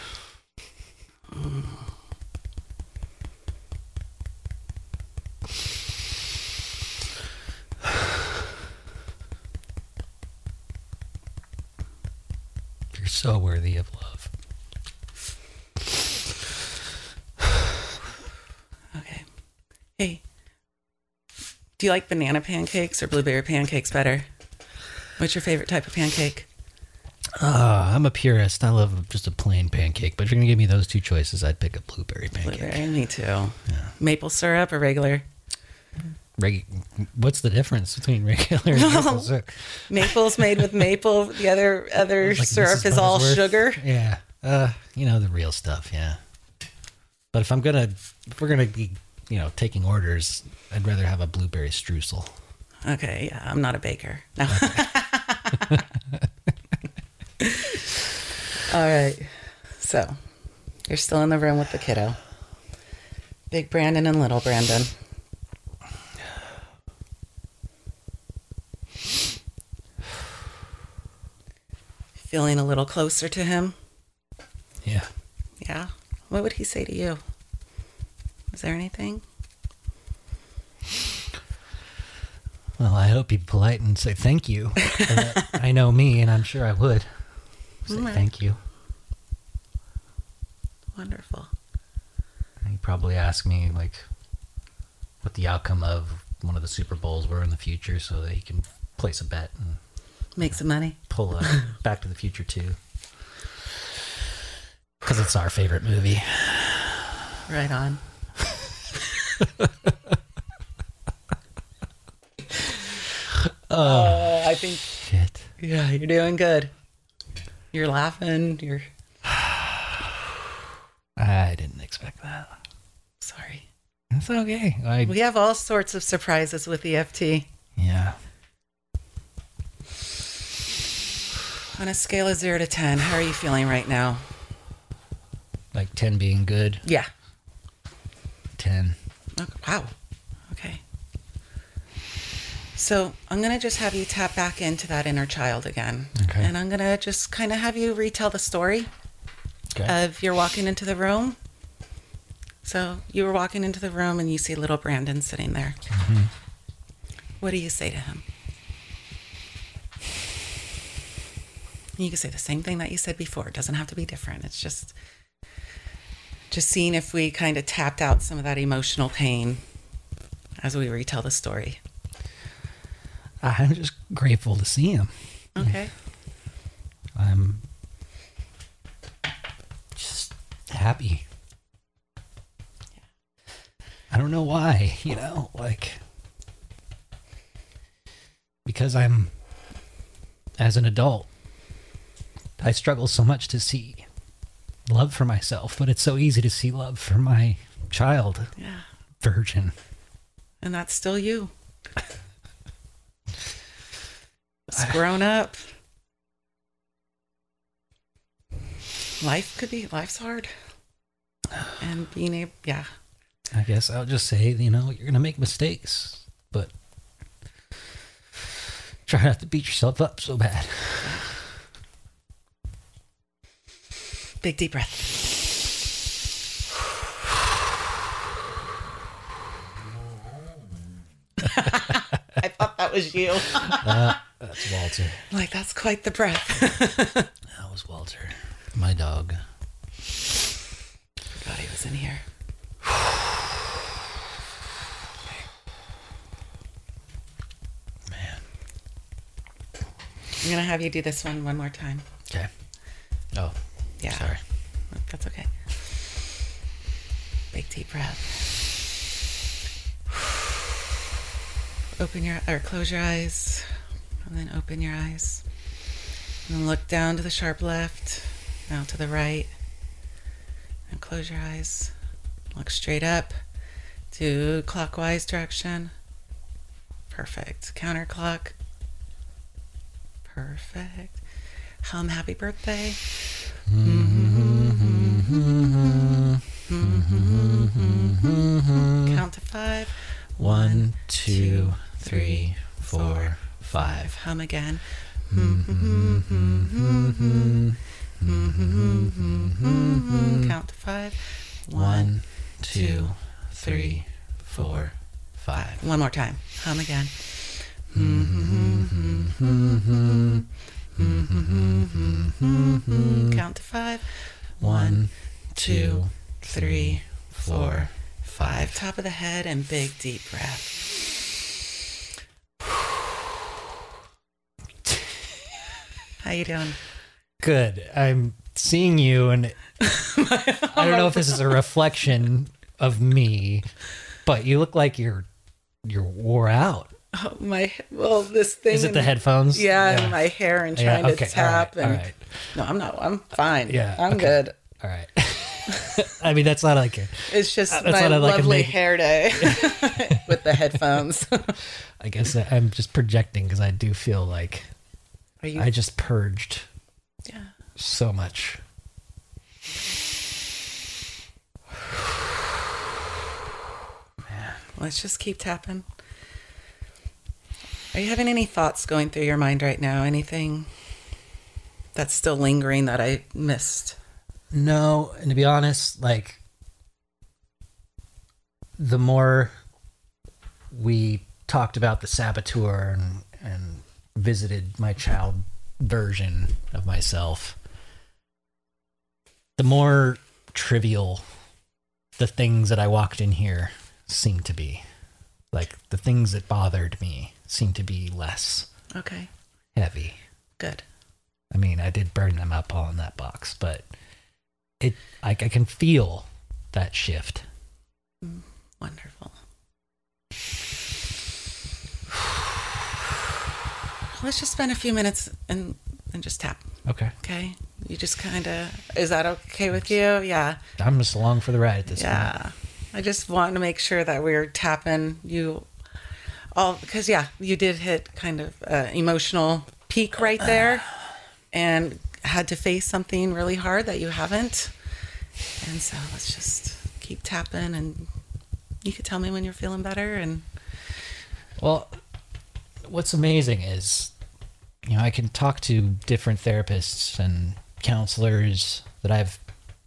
[SPEAKER 1] You're so worthy of love.
[SPEAKER 2] Okay. Hey, do you like banana pancakes or blueberry pancakes better? What's your favorite type of pancake?
[SPEAKER 1] Ah, I'm a purist. I love just a plain pancake. But if you're gonna give me those two choices, I'd pick a blueberry pancake.
[SPEAKER 2] Blueberry, me too. Maple syrup or regular?
[SPEAKER 1] Regu- what's the difference between regular and maple syrup?
[SPEAKER 2] Maple's made with maple. The other other
[SPEAKER 1] Like
[SPEAKER 2] syrup
[SPEAKER 1] Mrs.
[SPEAKER 2] is all
[SPEAKER 1] Butterworth.
[SPEAKER 2] sugar.
[SPEAKER 1] Yeah. Uh, you know the real stuff, yeah. But if I'm gonna if we're gonna be, you know, taking orders, I'd rather have a blueberry streusel.
[SPEAKER 2] Okay, yeah, I'm not a baker. No. all right. So, you're still in the room with the kiddo. Big Brandon and little Brandon. Feeling a little closer to him.
[SPEAKER 1] Yeah.
[SPEAKER 2] Yeah. What would he say to you? Is there anything?
[SPEAKER 1] Well, I hope he'd be polite and say thank you. Uh, I know me, and I'm sure I would say
[SPEAKER 2] Alright.
[SPEAKER 1] thank you.
[SPEAKER 2] Wonderful.
[SPEAKER 1] And He'd probably ask me like what the outcome of one of the Super Bowls were in the future, so that he can place a bet and
[SPEAKER 2] Make some money.
[SPEAKER 1] pull a Back to the Future too, because it's our favorite movie.
[SPEAKER 2] Right on. oh, I think
[SPEAKER 1] Shit.
[SPEAKER 2] yeah, you're doing good. You're laughing. You're
[SPEAKER 1] I didn't expect that.
[SPEAKER 2] sorry.
[SPEAKER 1] That's okay. I
[SPEAKER 2] We have all sorts of surprises with E EFT.
[SPEAKER 1] yeah.
[SPEAKER 2] On a scale of zero to ten, how are you feeling right now?
[SPEAKER 1] Like ten being good,
[SPEAKER 2] Yeah.
[SPEAKER 1] ten.
[SPEAKER 2] Okay. Wow. Okay. So I'm going to just have you tap back into that inner child again.
[SPEAKER 1] Okay.
[SPEAKER 2] And I'm going to just kind of have you retell the story
[SPEAKER 1] Okay.
[SPEAKER 2] of you're walking into the room. So you were walking into the room and you see little Brandon sitting there. What do you say to him? You can say the same thing that you said before. It doesn't have to be different. It's just just seeing if we kind of tapped out some of that emotional pain as we retell the story.
[SPEAKER 1] I'm just grateful to see him.
[SPEAKER 2] Okay.
[SPEAKER 1] I'm just happy. I don't know why, you know, like because I'm as an adult I struggle so much to see love for myself, but it's so easy to see love for my child
[SPEAKER 2] Yeah.
[SPEAKER 1] virgin.
[SPEAKER 2] and that's still you. it's grown up. Life could be life's hard, and being able, yeah,
[SPEAKER 1] I guess I'll just say, you know, you're gonna make mistakes, but try not to beat yourself up so bad.
[SPEAKER 2] big deep breath. I thought that was you.
[SPEAKER 1] That's Walter.
[SPEAKER 2] like that's quite the breath.
[SPEAKER 1] That was Walter, my dog.
[SPEAKER 2] Forgot he was in here.
[SPEAKER 1] Man.
[SPEAKER 2] I'm gonna have you do this one one more time.
[SPEAKER 1] Okay. Oh,
[SPEAKER 2] Yeah.
[SPEAKER 1] sorry.
[SPEAKER 2] That's okay. Big deep breath. Open your or close your eyes, and then open your eyes, and then look down to the sharp left, now to the right, and close your eyes. Look straight up to clockwise direction. Perfect. Counterclock. Perfect. Hum happy birthday. Count to five.
[SPEAKER 1] One, two, three, four, five.
[SPEAKER 2] Hum again. Count to five.
[SPEAKER 1] One, two, three, four, five.
[SPEAKER 2] One more time. Hum again. Count to five.
[SPEAKER 1] One, two, three, four,
[SPEAKER 2] Five.
[SPEAKER 1] five.
[SPEAKER 2] Top of the head and big deep breath. How you doing?
[SPEAKER 1] Good. I'm seeing you, and I don't know if this is a reflection of me, but you look like you're you're wore out.
[SPEAKER 2] Oh my! Well, this thing.
[SPEAKER 1] Is it the
[SPEAKER 2] and-
[SPEAKER 1] headphones?
[SPEAKER 2] Yeah, and my hair and
[SPEAKER 1] Yeah,
[SPEAKER 2] trying
[SPEAKER 1] okay,
[SPEAKER 2] to tap
[SPEAKER 1] all right,
[SPEAKER 2] and
[SPEAKER 1] all right.
[SPEAKER 2] no, I'm not. I'm fine.
[SPEAKER 1] Yeah,
[SPEAKER 2] I'm
[SPEAKER 1] okay.
[SPEAKER 2] good.
[SPEAKER 1] All right. I mean, that's not like a,
[SPEAKER 2] It's just
[SPEAKER 1] That's
[SPEAKER 2] my
[SPEAKER 1] what I like to
[SPEAKER 2] lovely
[SPEAKER 1] make-
[SPEAKER 2] hair day with the headphones.
[SPEAKER 1] I guess I- I'm just projecting because I do feel like
[SPEAKER 2] Are you?
[SPEAKER 1] I just purged
[SPEAKER 2] yeah.
[SPEAKER 1] so much.
[SPEAKER 2] Let's just keep tapping. Are you having any thoughts going through your mind right now? Anything that's still lingering that I missed?
[SPEAKER 1] No, and to be honest, like the more we talked about the saboteur and, and visited my child version of myself, the more trivial the things that I walked in here seemed to be. Like the things that bothered me seemed to be less
[SPEAKER 2] Okay.
[SPEAKER 1] heavy.
[SPEAKER 2] Good.
[SPEAKER 1] I mean, I did burn them up all in that box, but it like I can feel that shift.
[SPEAKER 2] Wonderful. Let's just spend a few minutes and and just tap.
[SPEAKER 1] Okay,
[SPEAKER 2] Okay. You just kind of is that okay with you? Yeah.
[SPEAKER 1] I'm just along for the ride at this point.
[SPEAKER 2] Yeah. I just want to make sure that we're tapping you all because, yeah, you did hit kind of uh, emotional peak right there and had to face something really hard that you haven't. And so let's just keep tapping and you could tell me when you're feeling better and
[SPEAKER 1] Well, what's amazing is, you know, I can talk to different therapists and counselors that I've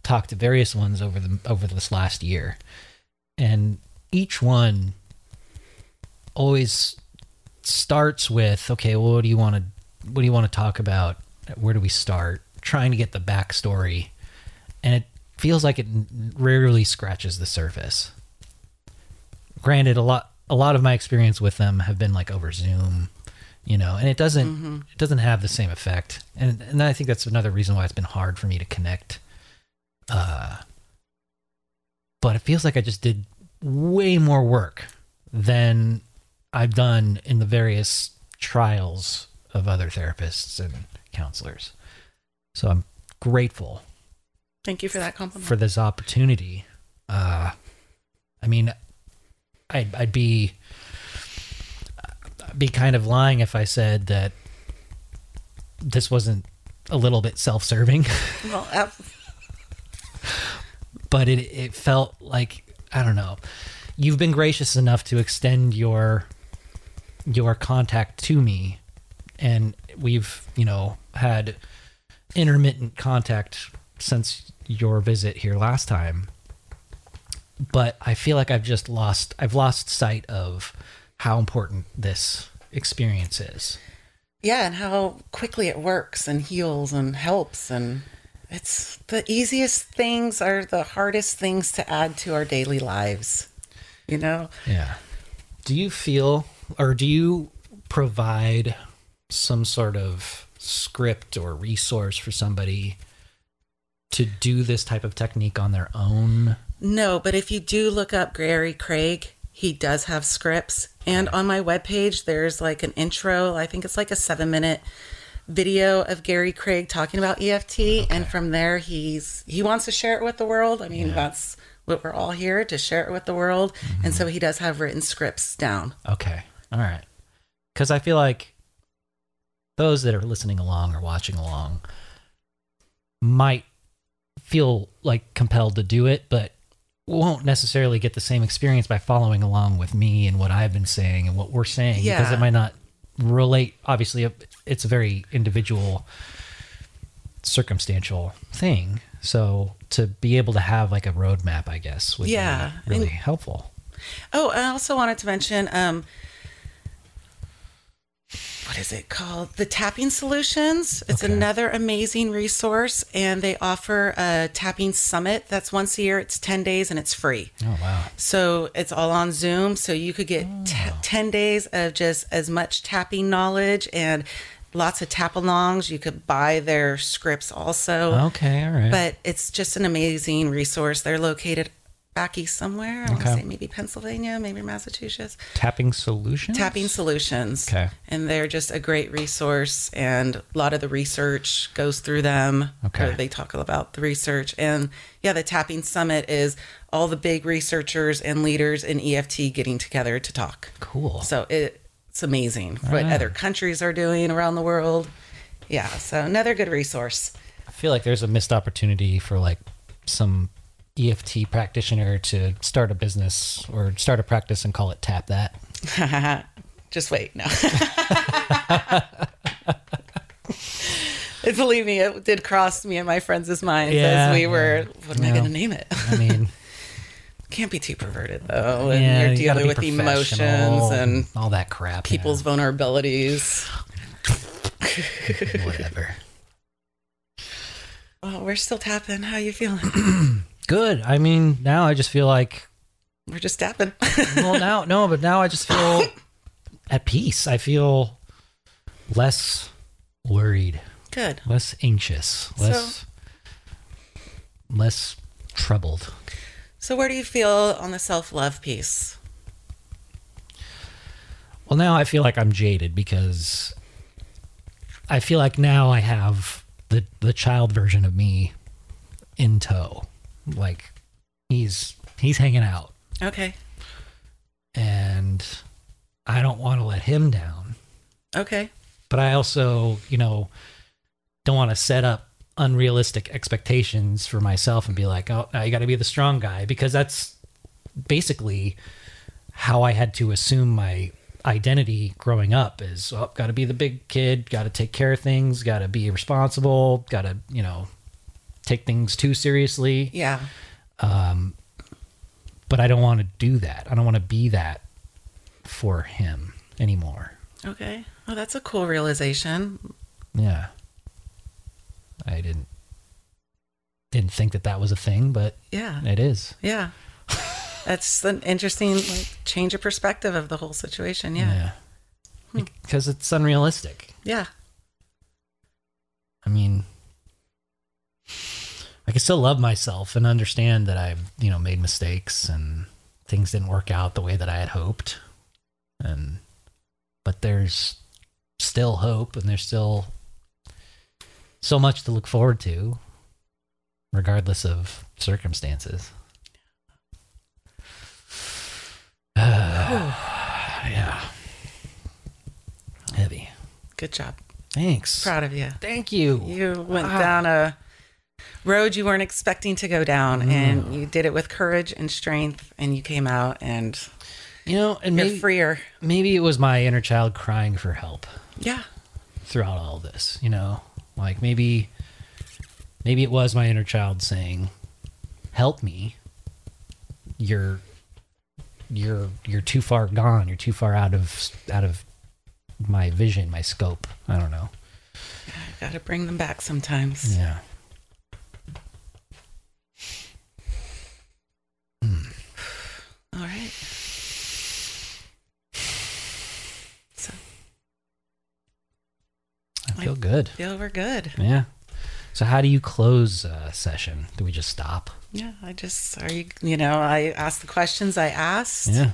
[SPEAKER 1] talked to various ones over the over this last year, and each one always starts with, okay, well, what do you want to what do you want to talk about? Where do we start? Trying to get the backstory, and it feels like it n- rarely scratches the surface granted a lot a lot of my experience with them have been like over zoom you know and it doesn't it doesn't have the same effect and and i think that's another reason why it's been hard for me to connect uh but it feels like i just did way more work than i've done in the various trials of other therapists and counselors so i'm grateful
[SPEAKER 2] thank you for that compliment.
[SPEAKER 1] for this opportunity. Uh, I mean, I'd, I'd be I'd be kind of lying if I said that this wasn't a little bit self-serving,
[SPEAKER 2] Well, ab-
[SPEAKER 1] but it it felt like I don't know. You've been gracious enough to extend your your contact to me, and we've you know had intermittent contact since your visit here last time. but I feel like I've just lost I've lost sight of how important this experience is.
[SPEAKER 2] yeah, and how quickly it works and heals and helps and it's the easiest things are the hardest things to add to our daily lives. You know?
[SPEAKER 1] Yeah. Do you feel or do you provide some sort of script or resource for somebody to do this type of technique on their own?
[SPEAKER 2] No, but if you do look up Gary Craig, he does have scripts. And on my webpage, there's like an intro. I think it's like a seven minute video of Gary Craig talking about EFT. And from there, he's he wants to share it with the world. I mean, that's what we're all here to share it with the world. And so he does have written scripts down.
[SPEAKER 1] Okay. All right. Cuz I feel like those that are listening along or watching along might feel like compelled to do it, but won't necessarily get the same experience by following along with me and what I've been saying and what we're saying because
[SPEAKER 2] Yeah.
[SPEAKER 1] it might not relate. Obviously, it's a very individual, circumstantial thing. So to be able to have like a roadmap, I guess, would
[SPEAKER 2] Yeah,
[SPEAKER 1] be really
[SPEAKER 2] and-
[SPEAKER 1] helpful.
[SPEAKER 2] Oh, I also wanted to mention um, what is it called? The Tapping Solutions. It's
[SPEAKER 1] Okay.
[SPEAKER 2] another amazing resource, and they offer a tapping summit that's once a year. It's 10 days and it's free.
[SPEAKER 1] Oh wow!
[SPEAKER 2] So it's all on Zoom. So you could get t- 10 days of just as much tapping knowledge and lots of tap alongs. You could buy their scripts also.
[SPEAKER 1] Okay, all right.
[SPEAKER 2] But it's just an amazing resource. They're located back east somewhere. I want to
[SPEAKER 1] Okay.
[SPEAKER 2] say maybe Pennsylvania, maybe Massachusetts.
[SPEAKER 1] tapping solutions.
[SPEAKER 2] Tapping Solutions.
[SPEAKER 1] Okay.
[SPEAKER 2] And they're just a great resource. And a lot of the research goes through them.
[SPEAKER 1] Okay.
[SPEAKER 2] Or They talk about the research. And yeah, the Tapping Summit is all the big researchers and leaders in EFT getting together to talk.
[SPEAKER 1] Cool.
[SPEAKER 2] So it, it's amazing what
[SPEAKER 1] Ah.
[SPEAKER 2] other countries are doing around the world. Yeah. So another good resource.
[SPEAKER 1] I feel like there's a missed opportunity for like some EFT practitioner to start a business or start a practice and call it Tap That.
[SPEAKER 2] Just wait. No. Believe me, it did cross me and my friends' minds
[SPEAKER 1] Yeah,
[SPEAKER 2] as we
[SPEAKER 1] yeah.
[SPEAKER 2] were, what am I
[SPEAKER 1] No.
[SPEAKER 2] going to name it?
[SPEAKER 1] I mean,
[SPEAKER 2] Can't be too perverted, though. And
[SPEAKER 1] yeah,
[SPEAKER 2] you're
[SPEAKER 1] you gotta
[SPEAKER 2] dealing
[SPEAKER 1] be
[SPEAKER 2] with emotions
[SPEAKER 1] professional
[SPEAKER 2] and
[SPEAKER 1] all that crap. yeah.
[SPEAKER 2] people's vulnerabilities.
[SPEAKER 1] whatever.
[SPEAKER 2] Oh, we're still tapping. How you feeling?
[SPEAKER 1] Good. I mean, now I just feel like
[SPEAKER 2] we're just tapping.
[SPEAKER 1] well now no, but now I just feel at peace. I feel less worried,
[SPEAKER 2] Good.
[SPEAKER 1] less anxious, less less troubled.
[SPEAKER 2] So, where do you feel on the self love piece?
[SPEAKER 1] Well, now I feel like I'm jaded because I feel like now I have the the child version of me in tow. Like he's he's hanging out
[SPEAKER 2] Okay.
[SPEAKER 1] and I don't want to let him down,
[SPEAKER 2] Okay.
[SPEAKER 1] but I also, you know, don't want to set up unrealistic expectations for myself and be like, "Oh, now you got to be the strong guy" because that's basically how I had to assume my identity growing up is oh, got to be the big kid, got to take care of things, got to be responsible, got to, you know, take things too seriously. Um,
[SPEAKER 2] Yeah.
[SPEAKER 1] But I don't want to do that. I don't want to be that for him anymore.
[SPEAKER 2] Okay. Oh, that's a cool realization.
[SPEAKER 1] Yeah. I didn't didn't think that that was a thing, but
[SPEAKER 2] Yeah.
[SPEAKER 1] it is.
[SPEAKER 2] Yeah. That's an interesting like change of perspective of the whole situation. Yeah. Hmm.
[SPEAKER 1] Because it's unrealistic.
[SPEAKER 2] Yeah.
[SPEAKER 1] I mean, I can still love myself and understand that I've, you know, made mistakes and things didn't work out the way that I had hoped. And, but there's still hope and there's still so much to look forward to, regardless of circumstances. Yeah. Heavy.
[SPEAKER 2] Good job.
[SPEAKER 1] Thanks.
[SPEAKER 2] Proud of you.
[SPEAKER 1] Thank you.
[SPEAKER 2] You went down a road you weren't expecting to go down, and you did it with courage and strength, and you came out and
[SPEAKER 1] You know, and
[SPEAKER 2] you're
[SPEAKER 1] maybe,
[SPEAKER 2] freer.
[SPEAKER 1] maybe it was my inner child crying for help
[SPEAKER 2] Yeah.
[SPEAKER 1] throughout all this, you know? Like maybe maybe it was my inner child saying, "Help me. You're you're you're too far gone. You're too far out of out of my vision, my scope. I don't know."
[SPEAKER 2] Got to bring them back sometimes.
[SPEAKER 1] Yeah.
[SPEAKER 2] All right. So
[SPEAKER 1] I feel good.
[SPEAKER 2] feel we're good.
[SPEAKER 1] Yeah. So how do you close a session? Do we just stop?
[SPEAKER 2] Yeah. I just are you you know I asked the questions I asked
[SPEAKER 1] Yeah.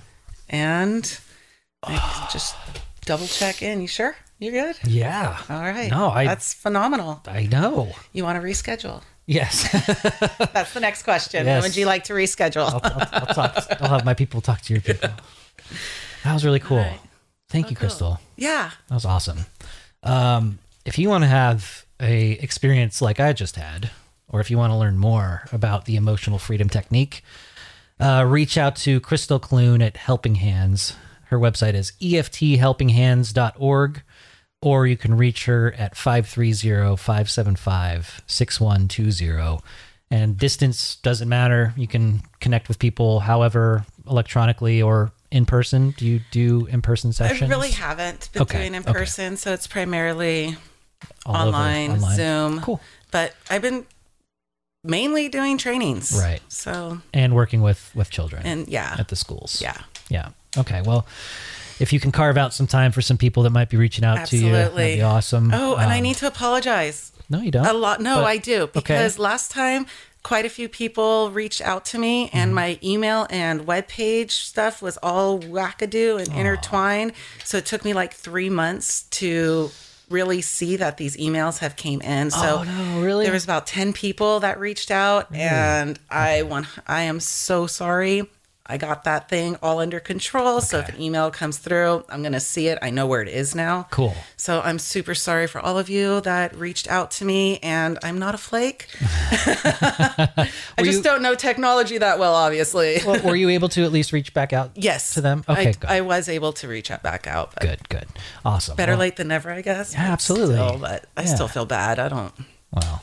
[SPEAKER 2] and I just double check in. You sure? You good?
[SPEAKER 1] Yeah.
[SPEAKER 2] All right.
[SPEAKER 1] No, I-
[SPEAKER 2] that's phenomenal.
[SPEAKER 1] I know.
[SPEAKER 2] You want to reschedule?
[SPEAKER 1] Yes.
[SPEAKER 2] That's the next question.
[SPEAKER 1] Yes.
[SPEAKER 2] Would you like to reschedule?
[SPEAKER 1] I'll, I'll, I'll talk. I'll have my people talk to your people. That was really cool.
[SPEAKER 2] right.
[SPEAKER 1] Thank you, Crystal.
[SPEAKER 2] yeah.
[SPEAKER 1] That was awesome. Um, if you want to have a experience like I just had, or if you want to learn more about the emotional freedom technique, uh, reach out to Crystal Clune at Helping Hands. Her website is E efthelpinghands.org, or you can reach her at 530 575 6120. And distance doesn't matter. You can connect with people however, electronically or in person. Do you do in person sessions?
[SPEAKER 2] I really haven't been
[SPEAKER 1] Okay,
[SPEAKER 2] doing in
[SPEAKER 1] okay.
[SPEAKER 2] person, so it's primarily
[SPEAKER 1] All over
[SPEAKER 2] online, Zoom.
[SPEAKER 1] Cool.
[SPEAKER 2] But I've been mainly doing trainings.
[SPEAKER 1] Right.
[SPEAKER 2] So
[SPEAKER 1] And working with with children
[SPEAKER 2] and yeah.
[SPEAKER 1] at the schools.
[SPEAKER 2] yeah.
[SPEAKER 1] Yeah. Okay. Well, if you can carve out some time for some people that might be reaching out to you, that'd
[SPEAKER 2] Absolutely.
[SPEAKER 1] be awesome.
[SPEAKER 2] Oh, and I
[SPEAKER 1] Um,
[SPEAKER 2] need to apologize.
[SPEAKER 1] no, you don't.
[SPEAKER 2] A lot no,
[SPEAKER 1] But-
[SPEAKER 2] I do. Because last time quite a few people reached out to me and
[SPEAKER 1] Mm-hmm.
[SPEAKER 2] my email and webpage stuff was all wackadoo
[SPEAKER 1] Oh.
[SPEAKER 2] and intertwined. So it took me like three months to really see that these emails have came in. So
[SPEAKER 1] oh no, really?
[SPEAKER 2] There was about 10 people that reached out and I want I am so sorry. I got that thing all under control. So if an email comes through, I'm going to see it. I know where it is now.
[SPEAKER 1] cool.
[SPEAKER 2] So I'm super sorry for all of you that reached out to me and I'm not a flake. I
[SPEAKER 1] Were
[SPEAKER 2] just
[SPEAKER 1] you-
[SPEAKER 2] don't know technology that well obviously.
[SPEAKER 1] Well, were you able to at least reach back out?
[SPEAKER 2] yes.
[SPEAKER 1] to them?
[SPEAKER 2] I-
[SPEAKER 1] Okay, good.
[SPEAKER 2] I, was able to reach out back out. But
[SPEAKER 1] Good. Good. Awesome.
[SPEAKER 2] Better
[SPEAKER 1] Well,
[SPEAKER 2] late than never, I guess.
[SPEAKER 1] Yeah,
[SPEAKER 2] But
[SPEAKER 1] absolutely.
[SPEAKER 2] still, but I
[SPEAKER 1] Yeah.
[SPEAKER 2] still feel bad. I don't
[SPEAKER 1] Wow.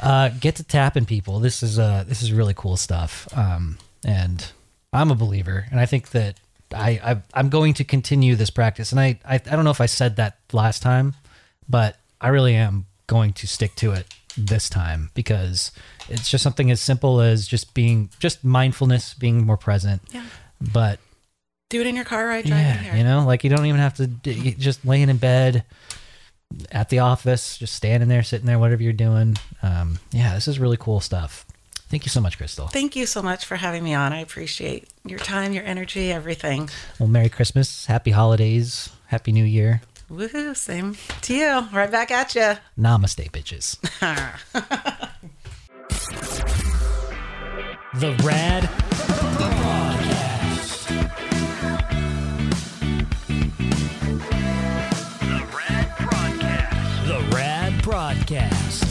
[SPEAKER 1] Uh, get to tapping people. This is uh, this is really cool stuff. Um, and I'm a believer, and I think that I, I I'm going to continue this practice. And I, I I don't know if I said that last time, but I really am going to stick to it this time because it's just something as simple as just being just mindfulness, being more present.
[SPEAKER 2] Yeah.
[SPEAKER 1] But
[SPEAKER 2] do it in your car ride driving
[SPEAKER 1] yeah,
[SPEAKER 2] here.
[SPEAKER 1] you know, like you don't even have to d- you just laying in bed at the office, just standing there, sitting there, whatever you're doing. Um, yeah, this is really cool stuff. Thank you so much, Crystal.
[SPEAKER 2] Thank you so much for having me on. I appreciate your time, your energy, everything.
[SPEAKER 1] Well, Merry Christmas, Happy Holidays, Happy New Year.
[SPEAKER 2] Woohoo, same to you. Right back at you.
[SPEAKER 1] Namaste, bitches. the Rad
[SPEAKER 3] The Rad Broadcast.
[SPEAKER 1] The Rad Broadcast.